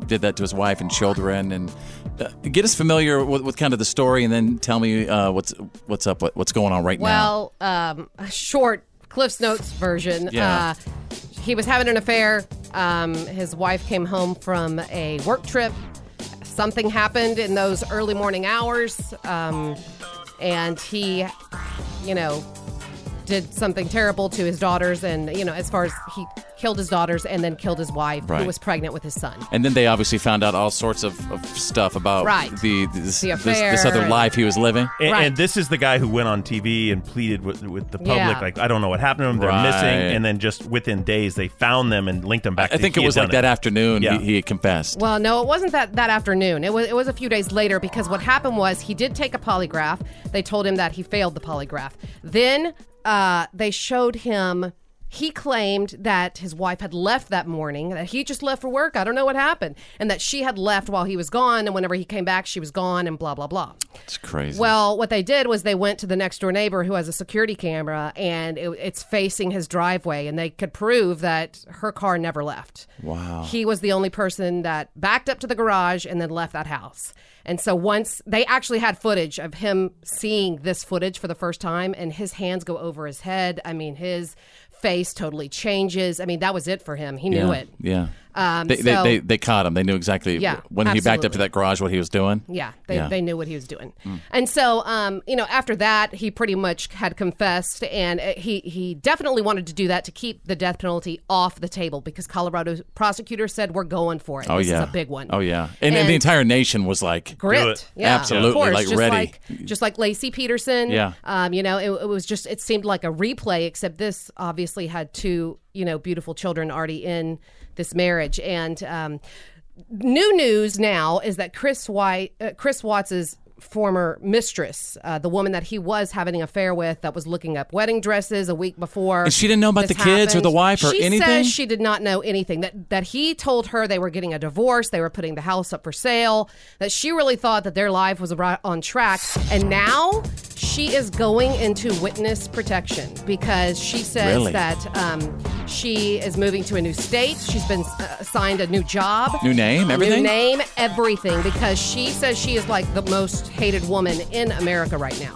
did that to his wife and children, and uh, get us familiar with, with kind of the story, and then tell me uh, what's what's up, what, what's going on right now. Well, um, a short Cliff's Notes version. Yeah. Uh, he was having an affair. Um, his wife came home from a work trip. Something happened in those early morning hours. Um, and he, you know, did something terrible to his daughters. And, you know, as far as he killed his daughters and then killed his wife, Right. who was pregnant with his son. And then they obviously found out all sorts of, of stuff about Right. the this, The this, this affair other and- life he was living. And, and this is the guy who went on TV and pleaded with, with the public, Yeah. like, I don't know what happened to him. They're Right. missing. And then just within days, they found them and linked them back I to think he it had was like done that afternoon Yeah. he, he confessed. Well, no, it wasn't that that afternoon. It was it was a few days later because what happened was he did take a polygraph. They told him that he failed the polygraph. Then uh, they showed him. He claimed that his wife had left that morning, that he just left for work. I don't know what happened. And that she had left while he was gone. And whenever he came back, she was gone and blah, blah, blah. It's crazy. Well, what they did was they went to the next door neighbor who has a security camera and it, it's facing his driveway, and they could prove that her car never left. wow. He was the only person that backed up to the garage and then left that house. And so once they actually had footage of him seeing this footage for the first time, and his hands go over his head. I mean, his face totally changes. I mean, that was it for him. He knew yeah. it. Yeah. Um, they, they, so- they, they caught him. They knew exactly Yeah, when he backed up absolutely. to that garage what he was doing. Yeah, they, Yeah. they knew what he was doing. Mm. And so, um, you know, after that, he pretty much had confessed, and uh, he he definitely wanted to do that to keep the death penalty off the table because Colorado prosecutors said we're going for it. Oh this yeah, is a big one. Oh yeah, and, and And- the entire nation was like Gripped, yeah, absolutely, of course, like just ready. like just like Lacey Peterson. Yeah. um, you know, it, it was just it seemed like a replay, except this obviously had two you know beautiful children already in this marriage, and um, new news now is that Chris White, uh, Chris Watts's former mistress, uh, the woman that he was having an affair with, that was looking up wedding dresses a week before, And she didn't know about this the kids or the wife or She says anything? she did not know anything. That that he told her they were getting a divorce, they were putting the house up for sale. That she really thought that their life was right on track, and now she is going into witness protection because she says Really? that um, she is moving to a new state. She's been uh, assigned a new job, New name, everything? new name, everything, because she says she is like the most hated woman in America right now.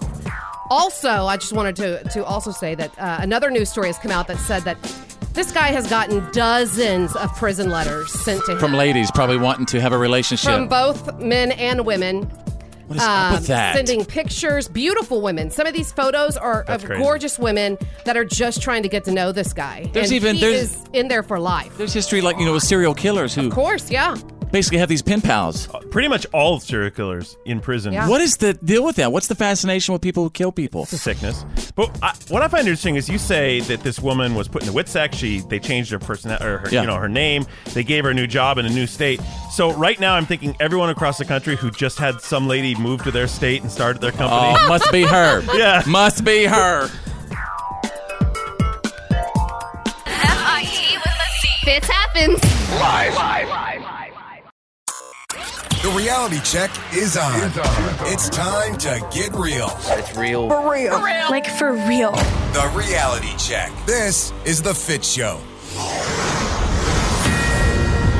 Also, I just wanted to to also say that uh, another news story has come out that said that this guy has gotten dozens of prison letters sent to him From ladies probably wanting to have a relationship. from both men and women. um, What is up with that? Sending pictures, beautiful women. Some of these photos are That's of crazy. gorgeous women that are just trying to get to know this guy. There's and even- he there's- is in there for life. There's history like you know with serial killers who Of course, yeah. basically have these pen pals. Pretty much all serial killers in prison. Yeah. What is the deal with that? What's the fascination with people who kill people? It's a sickness. But I, what I find interesting is you say that this woman was put in the wit sack. She they changed her person or her, Yeah. you know her name. They gave her a new job in a new state. So right now I'm thinking everyone across the country who just had some lady move to their state and started their company. Oh, must be her. yeah, must be her. F-I-T with a C. Fits happens. Live. The reality check is on. It's, time to get real. It's real. For real. Like for real. The reality check. This is the Fit Show.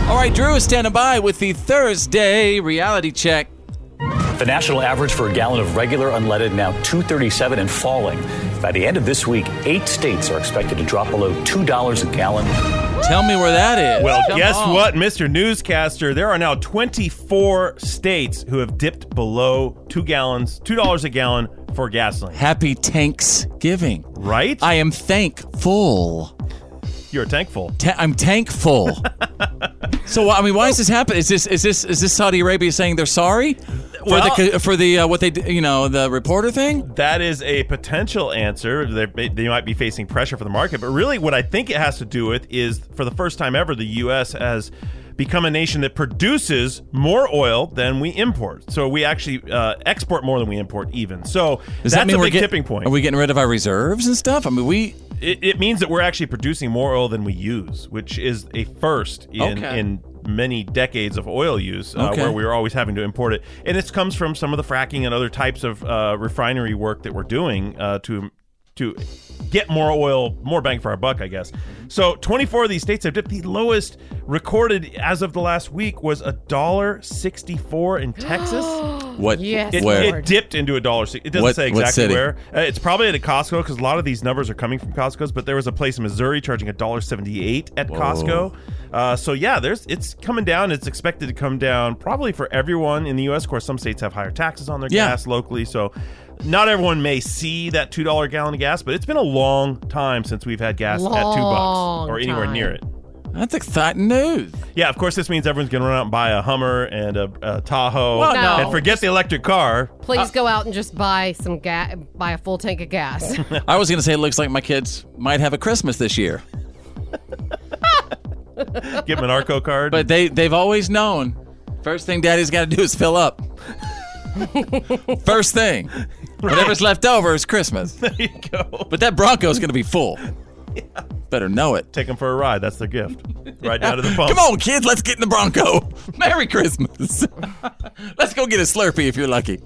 All right, Drew is standing by with the Thursday reality check. The national average for a gallon of regular unleaded now 237 and falling. By the end of this week, eight states are expected to drop below $2 a gallon. Tell me where that is. Well, Come guess on. what, Mr. Newscaster? There are now 24 states who have dipped below two gallons, two dollars a gallon for gasoline. Happy Thanksgiving. Right? I am thankful. You're thankful. Ta- I'm thankful. so I mean, why is this happening? Is this is this is this Saudi Arabia saying they're sorry for Well- the co- for the uh, what they d- you know the reporter thing? That is a potential answer. They're- They might be facing pressure for the market, but really, what I think it has to do with is for the first time ever, the U.S. has become a nation that produces more oil than we import. So we actually uh, export more than we import, even. So Does that's that mean a we're big get- tipping point. Are we getting rid of our reserves and stuff? I mean, we it, it means that we're actually producing more oil than we use, which is a first in Okay. in many decades of oil use, uh, Okay. where we were always having to import it. And it comes from some of the fracking and other types of uh, refinery work that we're doing uh, to to get more oil, more bang for our buck, I guess. So 24 of these states have dipped. The lowest recorded as of the last week was a dollar 64 in Texas. What- Yes, It, where? it dipped into a dollar. si- It doesn't What- say what exactly city? where. Uh, it's probably at a Costco because a lot of these numbers are coming from Costco's. But there was a place in Missouri charging a dollar seventy-eight at Whoa. Costco. Uh, so yeah, there's it's coming down. It's expected to come down probably for everyone in the U.S. Of course, some states have higher taxes on their Yeah. gas locally, so not everyone may see that two dollar gallon of gas. But it's been a long time since we've had gas at two bucks Long or anywhere time. near it. That's exciting news. Yeah, of course, this means everyone's going to run out and buy a Hummer and a, a Tahoe. Oh, Well, no. And forget the electric car. Please go out and just buy some gas, buy a full tank of gas. I was going to say, it looks like my kids might have a Christmas this year. Give them an ARCO card. But they, they've always known first thing daddy's got to do is fill up. first thing. Whatever's left over is Christmas. There you go. But that Bronco's going to be full. Better know it. Take them for a ride. That's their gift. Right down to the pump. Come on, kids, let's get in the Bronco. Merry Christmas. let's go get a Slurpee if you're lucky.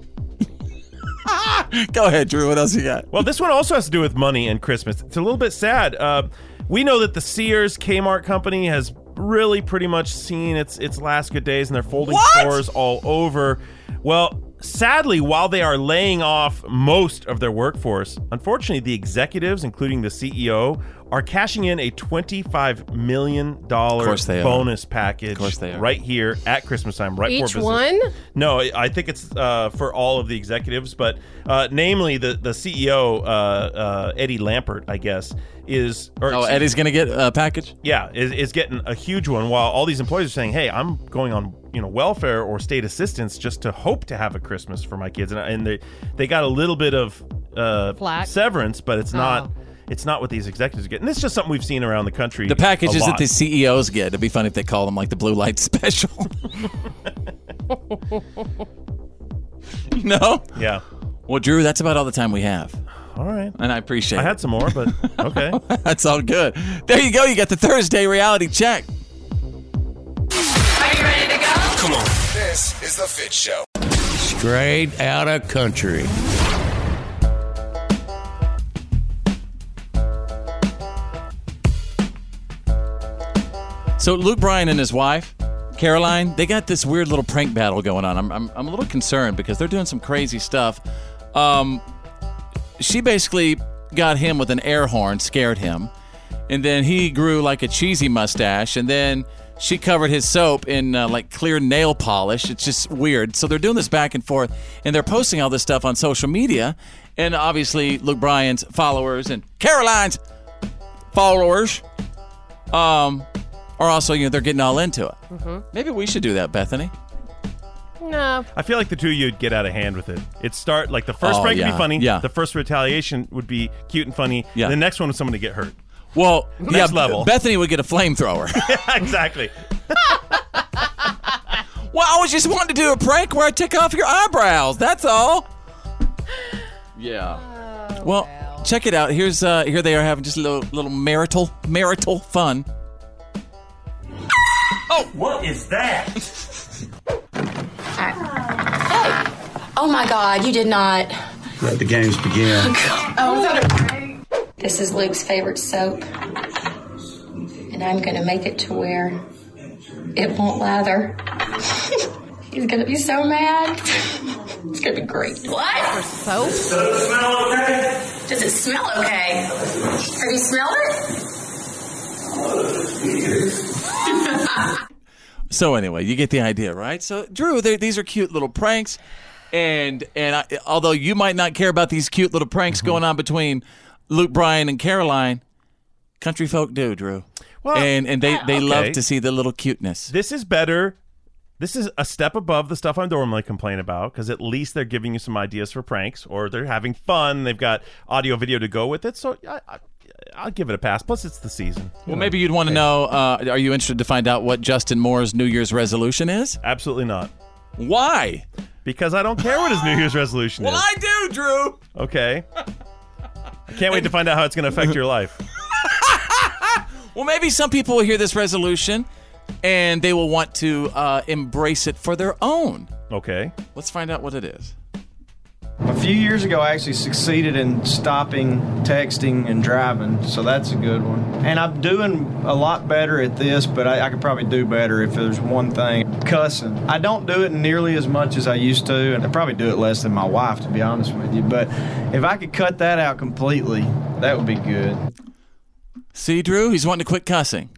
Go ahead, Drew. What else you got? Well, this one also has to do with money and Christmas. It's a little bit sad. Uh, we know that the Sears Kmart company has really pretty much seen its its last good days, and they're folding stores all over. Well, sadly, while they are laying off most of their workforce, unfortunately, the executives, including the CEO, are cashing in a twenty-five million dollar course they are. bonus package. Of course, they are. right here at Christmas time, right before Each business. one? No, I I think it's uh, for all of the executives, but uh, namely the the CEO uh, uh, Eddie Lampert, I guess, is. Or, Oh, Eddie's going to get a package? Yeah, is, is getting a huge one. While all these employees are saying, "Hey, I'm going on you know welfare or state assistance just to hope to have a Christmas for my kids," and, uh, and they they got a little bit of uh, Flack. severance, but it's not. It's not what these executives get, and it's just something we've seen around the country. The packages a that lot. the CEOs get. It'd be funny if they call them like the blue light special. no? Yeah. Well, Drew, that's about all the time we have. All right. And I appreciate I it. had some more, but okay. that's all good. There you go. You got the Thursday reality check. Come on. This is The Fit Show. Straight out of country. So Luke Bryan and his wife, Caroline, they got this weird little prank battle going on. I'm, I'm, I'm a little concerned because they're doing some crazy stuff. Um, she basically got him with an air horn, scared him, and then he grew like a cheesy mustache, and then she covered his soap in uh, like clear nail polish. It's just weird. So they're doing this back and forth, and they're posting all this stuff on social media, and obviously Luke Bryan's followers and Caroline's followers um, are also you know they're getting all into it. Mhm. Maybe we should do that, Bethany. No. I feel like the two of you'd get out of hand with it. It'd start like the first Oh, prank would yeah, be funny. yeah. The first retaliation would be cute and funny. Yeah. The next one was someone to get hurt. Well, Next yeah, level. Bethany would get a flamethrower. exactly. well, I was just wanting to do a prank where I took off your eyebrows. That's all. Yeah. well, check it out. Here's uh here they are having just a little little marital marital fun. Oh, what is that? Hey! Oh my god, you did not. Let the games begin. Oh, This is Luke's favorite soap. And I'm gonna make it to where it won't lather. He's gonna be so mad. It's gonna be great. What? soap? smell okay? Does it smell okay? Have you smelled it? So anyway, you get the idea, right? So Drew, they- these are cute little pranks, and and I, although you might not care about these cute little pranks going on between Luke Bryan and Caroline, country folk do, Drew. Well, and and they, uh, they love okay. to see the little cuteness. This is better. This is a step above the stuff I normally complain about because at least they're giving you some ideas for pranks or they're having fun. They've got audio video to go with it. So I, I, I'll give it a pass. Plus, it's the season. Well, maybe you'd want to know. Uh, are you interested to find out what Justin Moore's New Year's resolution is? Absolutely not. Why? Because I don't care what his New Year's resolution is. do, Drew. Okay. I can't wait to find out how it's going to affect your life. Well, maybe some people will hear this resolution, and they will want to uh, embrace it for their own. Okay. Let's find out what it is. A few years ago, I actually succeeded in stopping texting and driving, so that's a good one. And I'm doing a lot better at this, but I, I could probably do better if there's one thing cussing. I don't do it nearly as much as I used to, and I probably do it less than my wife, to be honest with you. But if I could cut that out completely, that would be good. See, Drew, he's wanting to quit cussing.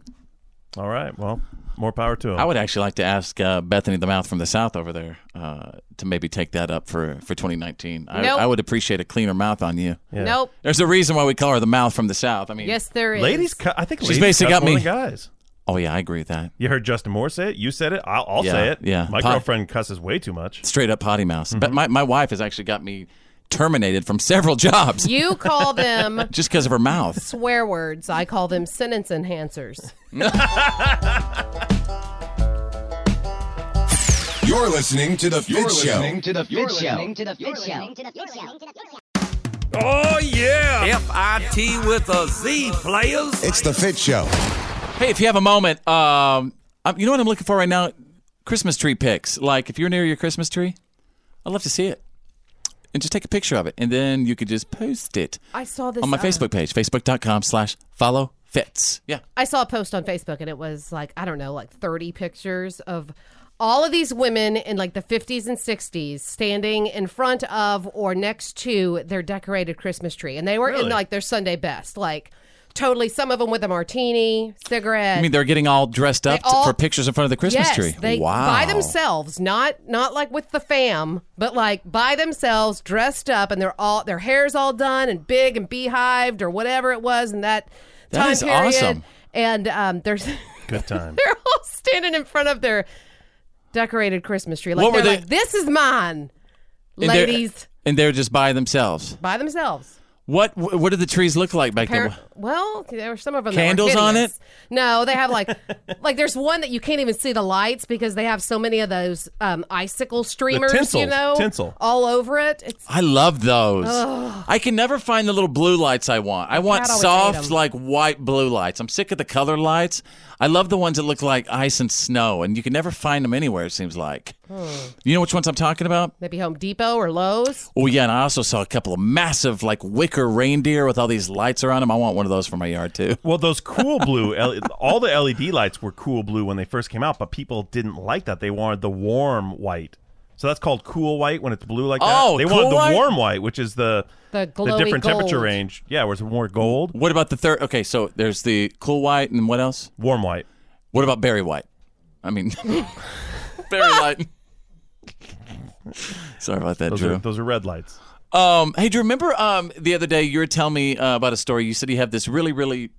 All right. Well, more power to him. I would actually like to ask uh, Bethany the Mouth from the South over there uh, to maybe take that up for, for 2019. I, Nope. I would appreciate a cleaner mouth on you. Nope. There's a reason why we call her the Mouth from the South. I mean, Yes, there is. Ladies cu- I think She's basically got me. guys. Oh yeah, I agree with that. You heard Justin Moore say it. You said it. I'll, I'll Yeah, say it. yeah. My Pot- girlfriend cusses way too much. Straight up potty mouth. But my, my wife has actually got me terminated from several jobs. You call them just because of her mouth. swear words. I call them sentence enhancers. You're listening to The You're Fit Show. listening to The Fit Show. Oh, yeah. F I T with a Z, players. It's The Fit Show. Hey, if you have a moment, um, I'm, you know what I'm looking for right now? Christmas tree pics. Like if you're near your Christmas tree, I'd love to see it, and just take a picture of it, and then you could just post it I saw this on my uh, Facebook page, facebook.com/slash follow fits. Yeah. I saw a post on Facebook and it was like, I don't know, like 30 pictures of all of these women in like the 50s and 60s standing in front of or next to their decorated Christmas tree. And they were in Really? like their Sunday best, like totally some of them with a martini, cigarette. I mean, they're getting all dressed up They all- for pictures in front of the Christmas Yes, tree. They wow. by themselves, not not like with the fam, but like by themselves, dressed up, and they're all their hair's all done and big and beehived or whatever it was in that, That time is period. awesome. And um, there's Good time. they're all standing in front of their decorated Christmas tree. Like What were they're they- like, this is mine, And they're- ladies, And they're just by themselves. by themselves. What wh- what do the trees look like back Par- then? well, there were some of them. Candles that were on hideous. No, they have like, like there's one that you can't even see the lights because they have so many of those um, icicle streamers, you tinsel, know, tinsel. all over it. It's I love those. Ugh. I can never find the little blue lights I want. I want dad always hated soft, 'em. like white blue lights. I'm sick of the color lights. I love the ones that look like ice and snow, and you can never find them anywhere. It seems like. hmm. You know which ones I'm talking about? maybe Home Depot or Lowe's. Oh yeah, and I also saw a couple of massive, like wicker reindeer with all these lights around them. I want one of those for my yard too. Well, those cool blue, L- all the LED lights were cool blue when they first came out, but people didn't like that. They wanted the warm white. So that's called cool white when it's blue like that. Oh, they cool wanted the white? warm white, which is the The the glowy different temperature gold. range. Yeah, where it's more gold. What about the third? Okay, so there's the cool white, and what else? Warm white. What about berry white? I mean, berry light. Sorry about that, Those Drew. are, those are red lights. Um, hey, do you remember um, the other day you were telling me uh, about a story? You said you have this really, really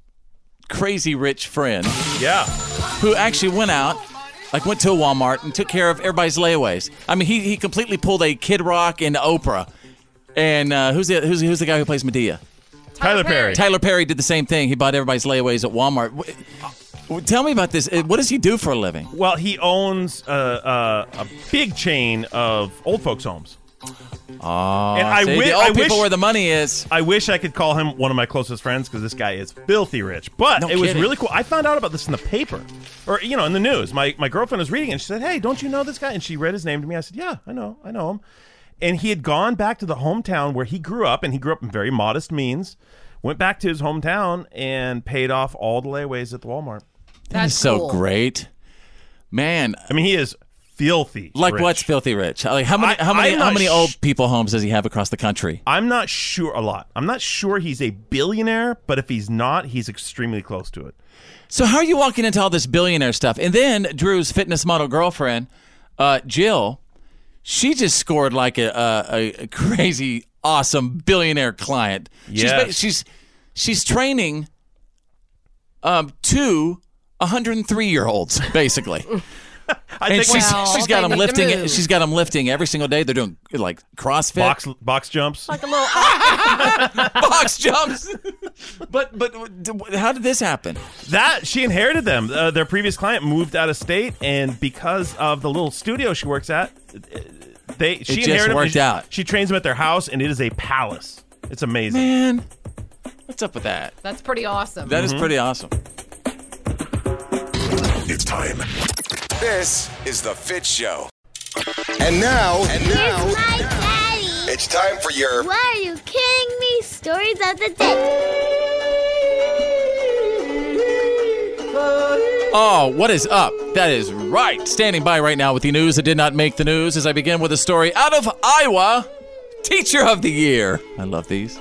crazy rich friend. Yeah. Who actually went out, like went to a Walmart and took care of everybody's layaways. I mean, he, he completely pulled a Kid Rock and Oprah. And uh, who's the who's, who's the guy who plays Medea? Tyler Perry. Tyler Perry did the same thing. He bought everybody's layaways at Walmart. W- w- Tell me about this. Uh, What does he do for a living? Well, he owns uh, uh, a big chain of old folks' homes. Oh, and I, see, wi- the I old wish people where the money is. I wish I could call him one of my closest friends because this guy is filthy rich. But No it was kidding. really cool. I found out about this in the paper, or you know, in the news. My my girlfriend was reading it. and She said, "Hey, don't you know this guy?" And she read his name to me. I said, "Yeah, I know, I know him." And he had gone back to the hometown where he grew up, and he grew up in very modest means. Went back to his hometown and paid off all the layaways at the Walmart. That's so great, man. I mean, he is filthy. Like rich. what's filthy rich? Like how many I- how many I'm how not many sh- old people homes does he have across the country? I'm not sure a lot. I'm not sure he's a billionaire, but if he's not, he's extremely close to it. So how are you walking into all this billionaire stuff? And then Drew's fitness model girlfriend, uh, Jill, she just scored like a a, a crazy awesome billionaire client. She's ba- Yes. she's she's training um two 103 year olds basically. and think- she's, Well, she's got they them need to lifting. move. She's got them lifting every single day. They're doing like CrossFit, Box box jumps, like a little box jumps. but but how did this happen? That she inherited them. Uh, their previous client moved out of state, and because of the little studio she works at, uh, they she just inherited them. worked She- out. She trains them at their house, and it is a palace. It's amazing. Man, what's up with that? That's pretty awesome. That is pretty awesome. It's time. This is The Fit Show. And now, and now, it's time for your Why are you kidding me? Stories of the day. Oh, what is up? That is right. Standing by right now with the news that did not make the news as I begin with a story out of Iowa Teacher of the Year. I love these.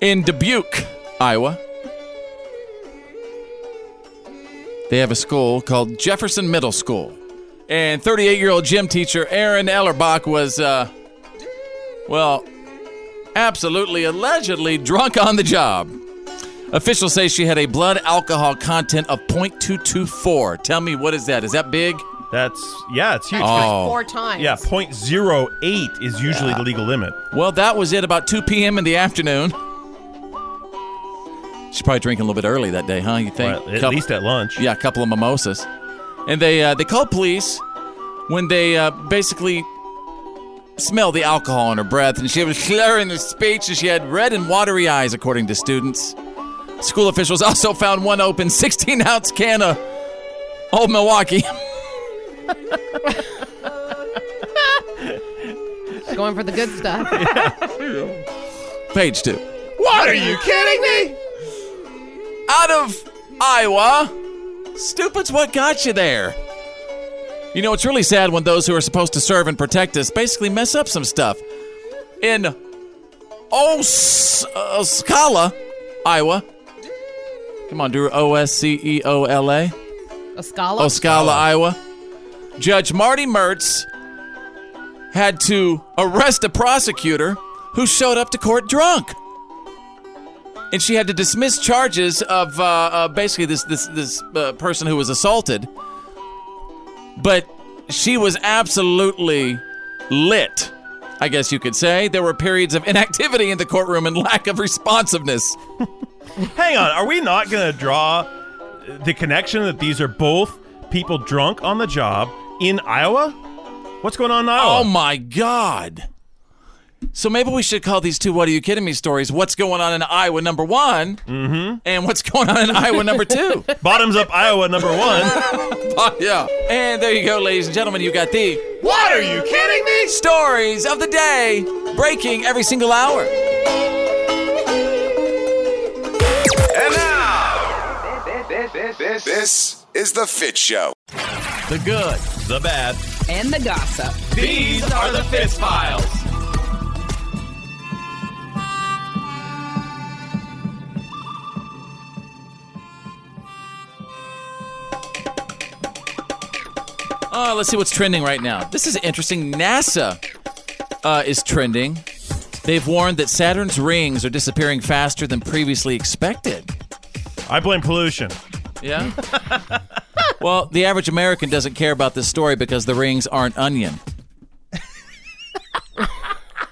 In Dubuque, Iowa, they have a school called Jefferson Middle School. And 38 year old gym teacher Aaron Ellerbach was, uh, well, absolutely allegedly drunk on the job. Officials say she had a blood alcohol content of 0.224. Tell me, what is that? Is that big? That's, yeah, it's huge. Oh. like four times. Yeah, 0.08 is usually the legal limit. Well, that was it about 2 p.m. in the afternoon. She's probably drinking a little bit early that day, huh? You think? Well, at least at lunch. Yeah, a couple of mimosas. And they uh, they call police when they uh, basically smell the alcohol in her breath, and she was slurring her speech, and she had red and watery eyes, according to students. School officials also found one open 16 ounce can of Old Milwaukee. Going for the good stuff. Page two. What are you kidding me? out of Iowa. Stupid's what got you there. You know, it's really sad when those who are supposed to serve and protect us basically mess up some stuff. In uh, Osceola, Iowa. Come on, Drew. O S C E O L A. A scholar? Osceola, Oh, Iowa. Judge Marty Mertz had to arrest a prosecutor who showed up to court drunk and she had to dismiss charges of uh, uh, basically this this this uh, person who was assaulted. But she was absolutely lit, I guess you could say. There were periods of inactivity in the courtroom and lack of responsiveness. Hang on, are we not going to draw the connection that these are both people drunk on the job in Iowa? What's going on in Iowa? Oh my God. So maybe we should call these two "What Are You Kidding Me" stories. What's going on in Iowa number one, mm-hmm. and what's going on in Iowa number two? Bottoms up Iowa number one. Oh, yeah. And there you go, ladies and gentlemen. You got the What are you kidding me? stories of the day breaking every single hour. And now, this, is The Fit Show. The good, the bad. And the gossip. These are the Fitz Files. Oh, let's see what's trending right now. This is interesting. NASA uh, is trending. They've warned that Saturn's rings are disappearing faster than previously expected. I blame pollution. Yeah. well, the average American doesn't care about this story because the rings aren't onion.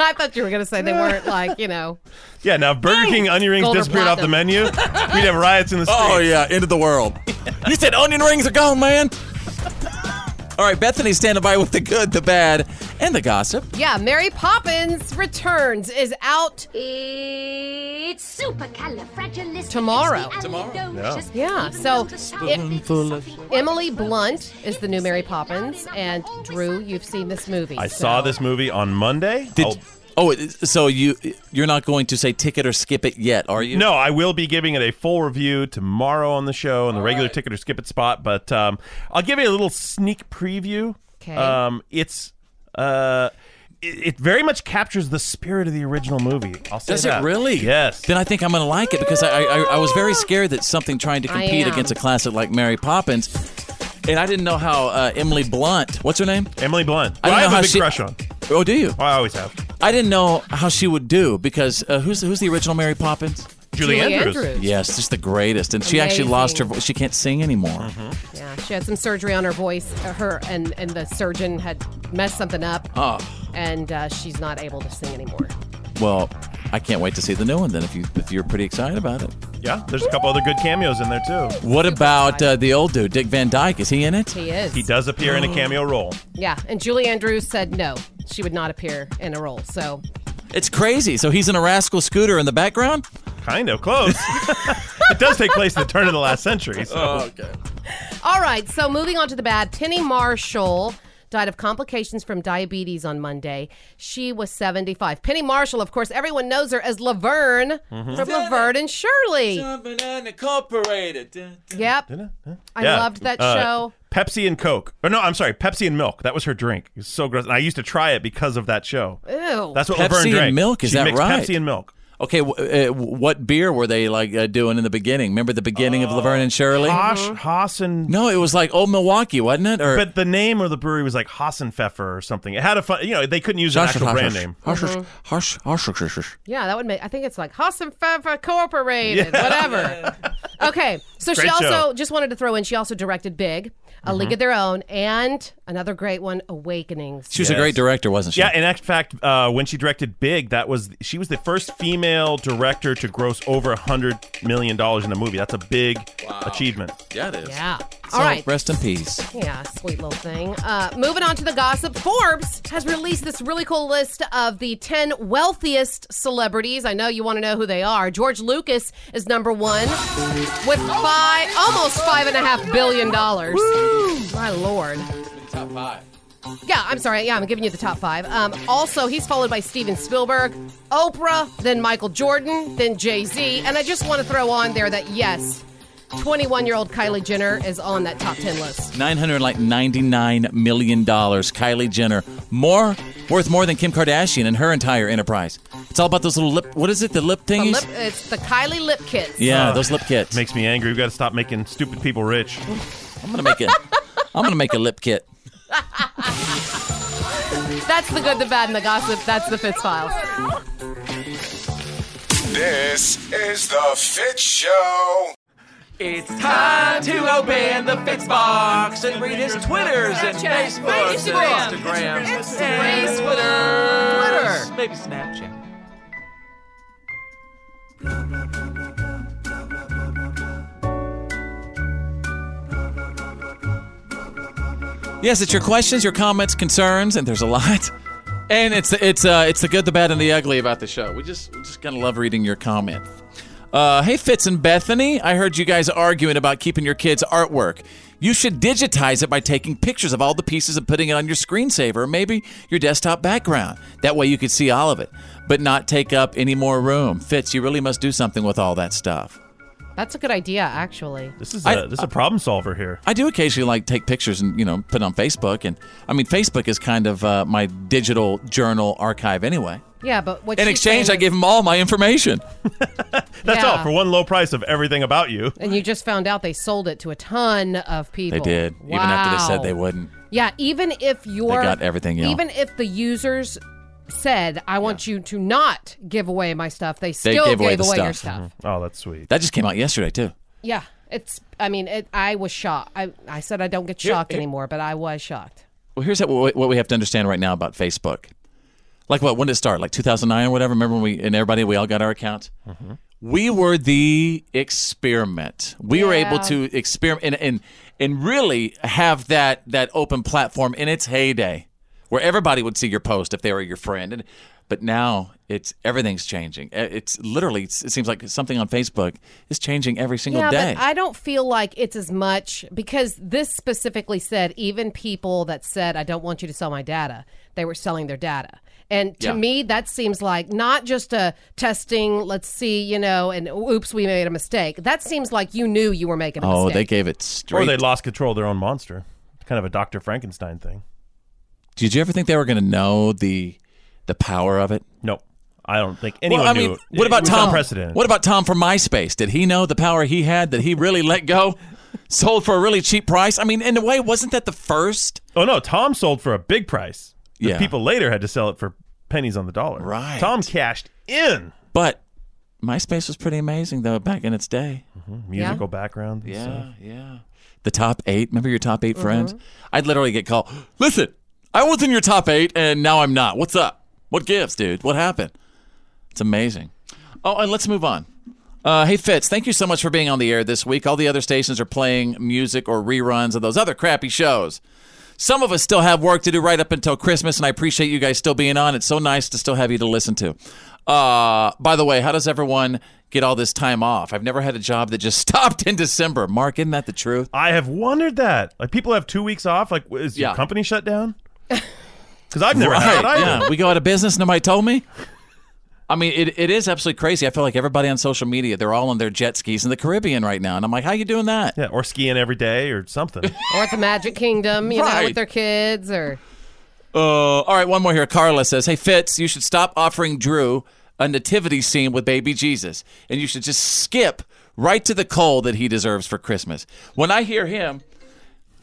I thought you were going to say they weren't like, you know. Yeah, now if Burger King onion rings Gold or disappeared off the menu, we'd have riots in the streets. Oh, yeah, end of the world. you said onion rings are gone, man. All right, Bethany's standing by with the good, the bad, and the gossip. Yeah, Mary Poppins Returns is out It's supercalifragilistic. Tomorrow. Tomorrow. Yeah, so it- Emily Blunt is the new Mary Poppins, and Drew, you've seen this movie. I so- saw this movie on Monday. I'll- Oh, it- so you you're not going to say ticket or skip it yet, are you? No, I will be giving it a full review tomorrow on the show on the regular ticket or skip it spot, but um, I'll give you a little sneak preview. 'Kay. Um, it's uh, it, it very much captures the spirit of the original movie. I'll say Does that. it really? Yes. Then I think I'm going to like it because I, I I was very scared that something trying to I compete am. against a classic like Mary Poppins, and I didn't know how uh, Emily Blunt. What's her name? Emily Blunt. I, didn't know Well, I have a how big she, crush on. Oh, do you? I always have. I didn't know how she would do because uh, who's who's the original Mary Poppins? Julie Julie Andrews. Andrews. Yes, just the greatest, and she Amazing. actually lost her. voice. She can't sing anymore. Mm-hmm. Yeah, she had some surgery on her voice, uh, her, and, and the surgeon had messed something up, Oh. and uh, she's not able to sing anymore. Well, I can't wait to see the new one then if you if you're pretty excited about it. Yeah, there's a couple other good cameos in there too. What about uh, the old dude, Dick Van Dyke? Is he in it? He is. He does appear Oh. in a cameo role. Yeah, and Julie Andrews said no, she would not appear in a role. So It's crazy. So he's in a rascal scooter in the background? Kind of close. it does take place at the turn of the last century. So. Oh, okay. All right, so moving on to the bad. Penny Marshall died of complications from diabetes on Monday. She was 75. Penny Marshall, of course, everyone knows her as Laverne Mm-hmm. Mhm. from Laverne and Shirley. Incorporated. Yep. I Yeah. loved that Uh, show. Pepsi and Coke. Or no, I'm sorry, Pepsi and milk. That was her drink. It's so gross. And I used to try it because of that show. Ew. That's what Pepsi Laverne drank. and milk, is she that mixed right? Pepsi and milk. Okay, w- uh, what beer were they like uh, doing in the beginning? Remember the beginning of Laverne and Shirley? Uh, Uh-huh. Hosh, Haas, and No, it was like Old Milwaukee, wasn't it? Or but the name of the brewery was like Hassenpfeffer or something. It had a fun, you know, they couldn't use an actual brand name. Mm-hmm. Hush, hush, hush, hush, hush, hush, hush. Yeah, that would make. I think it's like Hassenpfeffer Corporated, Yeah. whatever. okay, so she Great also show. just wanted to throw in. She also directed Big, A League Mm-hmm. Mhm. of Their Own, and another great one, Awakenings. She was a great director, wasn't she? Yeah, and in fact, uh, when she directed Big, that was she was the first female director to gross over hundred million dollars in a movie. That's a big achievement. Yeah, it is. Yeah. So, All right. Rest in peace. Yeah, sweet little thing. Uh, moving on to the gossip, Forbes has released this really cool list of the 10 wealthiest celebrities. I know you want to know who they are. George Lucas is number one with five, almost five and a half billion dollars. My lord. Top five. Yeah, I'm sorry. Yeah, I'm giving you the top five. Um, also, he's followed by Steven Spielberg, Oprah, then Michael Jordan, then Jay Z. And I just want to throw on there that yes, 21 year old Kylie Jenner is on that top 10 list. Nine hundred like ninety nine million dollars. Kylie Jenner, more worth more than Kim Kardashian and her entire enterprise. It's all about those little lip. What is it? The lip The thingies. lip- it's the Kylie lip kits. Yeah, those lip kits. Makes me angry. We've got to stop making stupid people rich. I'm gonna make it. I'm gonna make a lip kit. That's the good, the bad, and the gossip. That's the Fitz Files. This is the Fit Show. It's time to open the Fitz box and read his Twitters and Facebooks and Instagram. Instagrams. Instagram. And Twitters. Twitter. Maybe Snapchat. Yes, it's your questions, your comments, concerns, and there's a lot. And it's it's uh, it's the good, the bad, and the ugly about the show. We just we just kind of love reading your comments. Uh, hey, Fitz and Bethany, I heard you guys arguing about keeping your kids' artwork. You should digitize it by taking pictures of all the pieces and putting it on your screensaver, or maybe your desktop background. That way you could see all of it, but not take up any more room. Fitz, you really must do something with all that stuff. That's a good idea, actually. This is I- a, this is a problem solver here. I do occasionally like take pictures and you know put it on Facebook, and I mean Facebook is kind of uh, my digital journal archive anyway. Yeah, but what in she's exchange, I saying gave them all my information. is- That's yeah. all for one low price of everything about you. And you just found out they sold it to a ton of people. They did, even after they said they Wow. wouldn't. Yeah, even if your got everything, yeah. Even if the users said, "I want you to not give away my stuff," they They still gave away the stuff. Mm-hmm. your stuff. Oh, that's sweet. That just came out yesterday too. Yeah, it's. I mean, it, I was shocked. I I said I don't get Here- shocked here- anymore, but I was shocked. Well, here's what what we have to understand right now about Facebook. Like what? When did it start? Like 2009 or whatever. Remember when we and everybody we all got our accounts. Mm-hmm. We were the experiment. We were able Yeah. to experiment and, and and really have that that open platform in its heyday, where everybody would see your post if they were your friend. And but now it's everything's changing. Uh, It's literally it seems like something on Facebook is changing every single yeah, day. but I don't feel like it's as much because this specifically said even people that said I don't want you to sell my data, they were selling their data. And to Yeah. me, that seems like not just a testing. Let's see, you know, and oops, we made a mistake. That seems like you knew you were making a oh, mistake. they gave it Or straight. they lost control of their own monster. Kind of a Dr. Frankenstein thing. Did you ever think they were going to know the the power of it? No, I don't think anyone Well, I mean, knew. what It about was Tom? unprecedented. What about Tom from MySpace? Did he know the power he had that he really let go, sold for a really cheap price? I mean, in a way, wasn't that the first? Oh no, Tom sold for a big price. The Yeah. people later had to sell it for pennies on the dollar. Right. Tom cashed in. But MySpace was pretty amazing though back in its day. Musical background. and Yeah, stuff. yeah. The top eight. Remember your top 8 friends? I'd literally get called. Listen, I was in your top eight, and now I'm not. What's up? What gives, dude? What happened? It's amazing. Oh, and let's move on. Uh, hey Fitz, thank you so much for being on the air this week. All the other stations are playing music or reruns of those other crappy shows. Some of us still have work to do right up until Christmas, and I appreciate you guys still being on. It's so nice to still have you to listen to. Uh, by the way, how does everyone get all this time off? I've never had a job that just stopped in December. Mark, isn't that the truth? I have wondered that. Like people have two weeks off. Like is your company shut down? Because I've never right, had that either. yeah. We go out of business. Nobody told me. I mean, it, it is absolutely crazy. I feel like everybody on social media, they're all on their jet skis in the Caribbean right now, and I'm like, how you doing that? Yeah, or skiing every day or something. or at the Magic Kingdom, you know, with Right. their kids or Uh, all right, one more here. Carla says, "Hey Fitz, you should stop offering Drew a nativity scene with baby Jesus, and you should just skip right to the coal that he deserves for Christmas. When I hear him,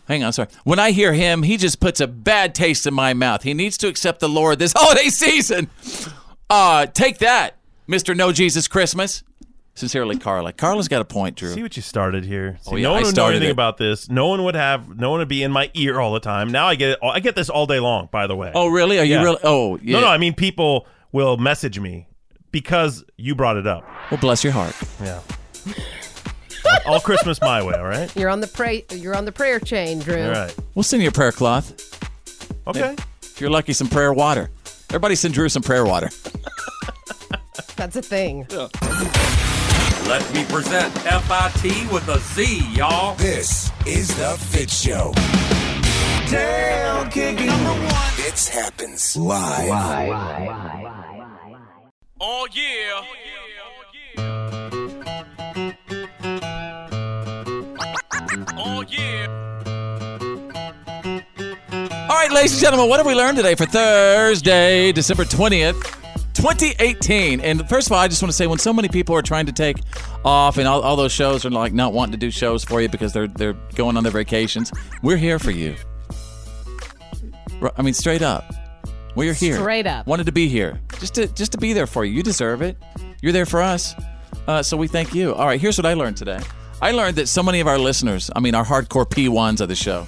hang on, sorry. When I hear him, he just puts a bad taste in my mouth. He needs to accept the Lord this holiday season. Uh, take that, Mr. No Jesus Christmas. Sincerely, Carla. Carla's got a point, Drew. See what you started here. See, Oh, yeah, no I one would know started anything it. about this. No one would have. No one would be in my ear all the time. Now I get it. all- I get this all day long. By the way. Oh, really? Are you really- oh, yeah. No, no. I mean, people will message me because you brought it up. Well, bless your heart. Yeah. all Christmas my way. All right. You're on the pray. You're on the prayer chain, Drew. All right. We'll send you a prayer cloth. Okay. If you're lucky, some prayer water. Everybody send Drew some prayer water. That's a thing. Let me present FIT with a Z, y'all. This is the Fit Show. Down kicking. Number one. It happens live. Oh yeah. Oh yeah. All right, ladies and gentlemen, what have we learned today for Thursday, December 20th, 2018? And first of all, I just want to say when so many people are trying to take off and all, all those shows are like not wanting to do shows for you because they're they're going on their vacations, we're here for you. R- I mean, straight up. We're here. Straight up. Wanted to be here. Just to just to be there for you. You deserve it. You're there for us. Uh, so we thank you. All right, here's what I learned today. I learned that so many of our listeners, I mean our hardcore P1s of the show,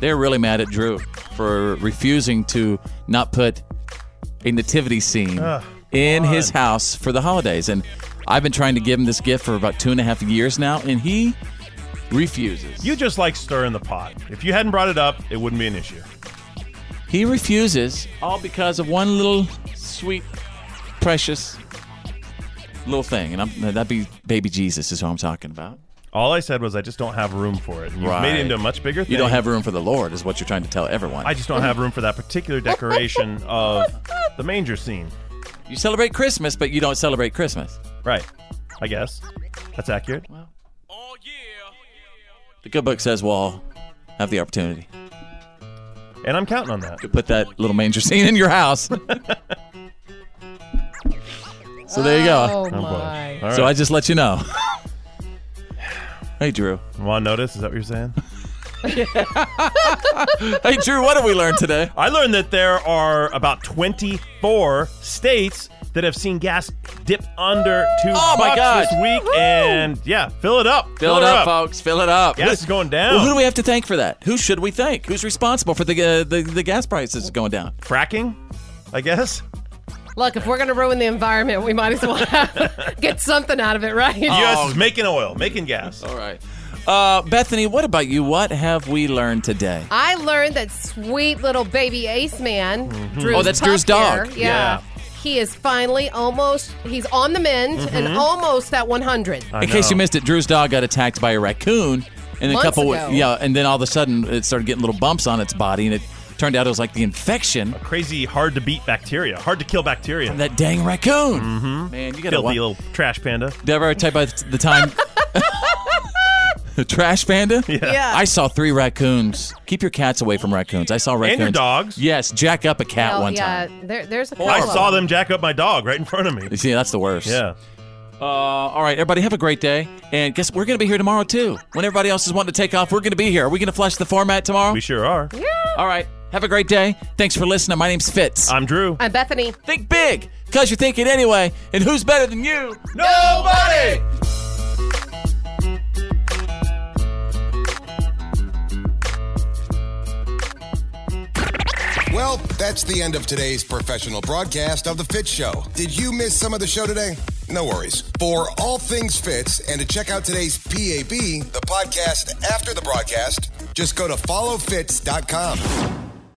they're really mad at Drew for refusing to not put a nativity scene Ugh, in his house for the holidays. And I've been trying to give him this gift for about two and a half years now, and he refuses. You just like stirring the pot. If you hadn't brought it up, it wouldn't be an issue. He refuses, all because of one little sweet, precious little thing. And I'm, that'd be baby Jesus, is who I'm talking about. All I said was I just don't have room for it. And You've made Right. it into a much bigger thing. You don't have room for the Lord, is what you're trying to tell everyone. I just don't have room for that particular decoration of the manger scene. You celebrate Christmas, but you don't celebrate Christmas. Right. I guess. That's accurate. The good book says we'll have the opportunity. And I'm counting on that. To put that little manger scene in your house. so there you go. Oh, boy. my. All So right. I just let you know. hey, Drew. Want notice? Is that what you're saying? hey, Drew, what did we learn today? I learned that there are about 24 states that have seen gas dip under two Oh, my bucks God. this week. And yeah, fill it up. Fill it up, folks. Fill it up. Gas is going down. Well, who do we have to thank for that? Who should we thank? Who's responsible for the uh, the, the gas prices going down? Fracking, I guess. Look, if we're gonna ruin the environment, we might as well have, get something out of it, right? U.S. Oh, is making oil, making gas. All right. Uh, Bethany, what about you? What have we learned today? I learned that sweet little baby Ace Man, Mhm. Drew's Oh, that's pup Drew's dog. here, yeah. He is finally almost, he's on the mend and Mhm. almost at 100. In case you missed it, Drew's dog got attacked by a raccoon, and a Months couple, ago. yeah, and then all of a sudden it started getting little bumps on its body, and it turned out it was like the infection. Crazy hard to beat bacteria, hard to kill bacteria. From that dang raccoon. Mm-hmm. Man, you gotta Filthy wa- little trash panda. Did I ever tell you about the time? the trash panda? Yeah. I saw three raccoons. Keep your cats away from raccoons. I saw your raccoons. dogs. Yes, jack up a cat Well, one time. Oh, yeah, there, there's a couple I of saw them. them jack up my dog right in front of me. You see, that's the worst. Yeah. Uh, all right, everybody, have a great day. And guess we're going to be here tomorrow, too. When everybody else is wanting to take off, we're going to be here. Are we going to flush the format tomorrow? We sure are. Yeah. All right, have a great day. Thanks for listening. My name's Fitz. I'm Drew. I'm Bethany. Think big, because you're thinking anyway. And who's better than you? Nobody! Well, that's the end of today's professional broadcast of The Fit Show. Did you miss some of the show today? No worries. For all things fits and to check out today's PAB, the podcast after the broadcast, just go to followfits.com.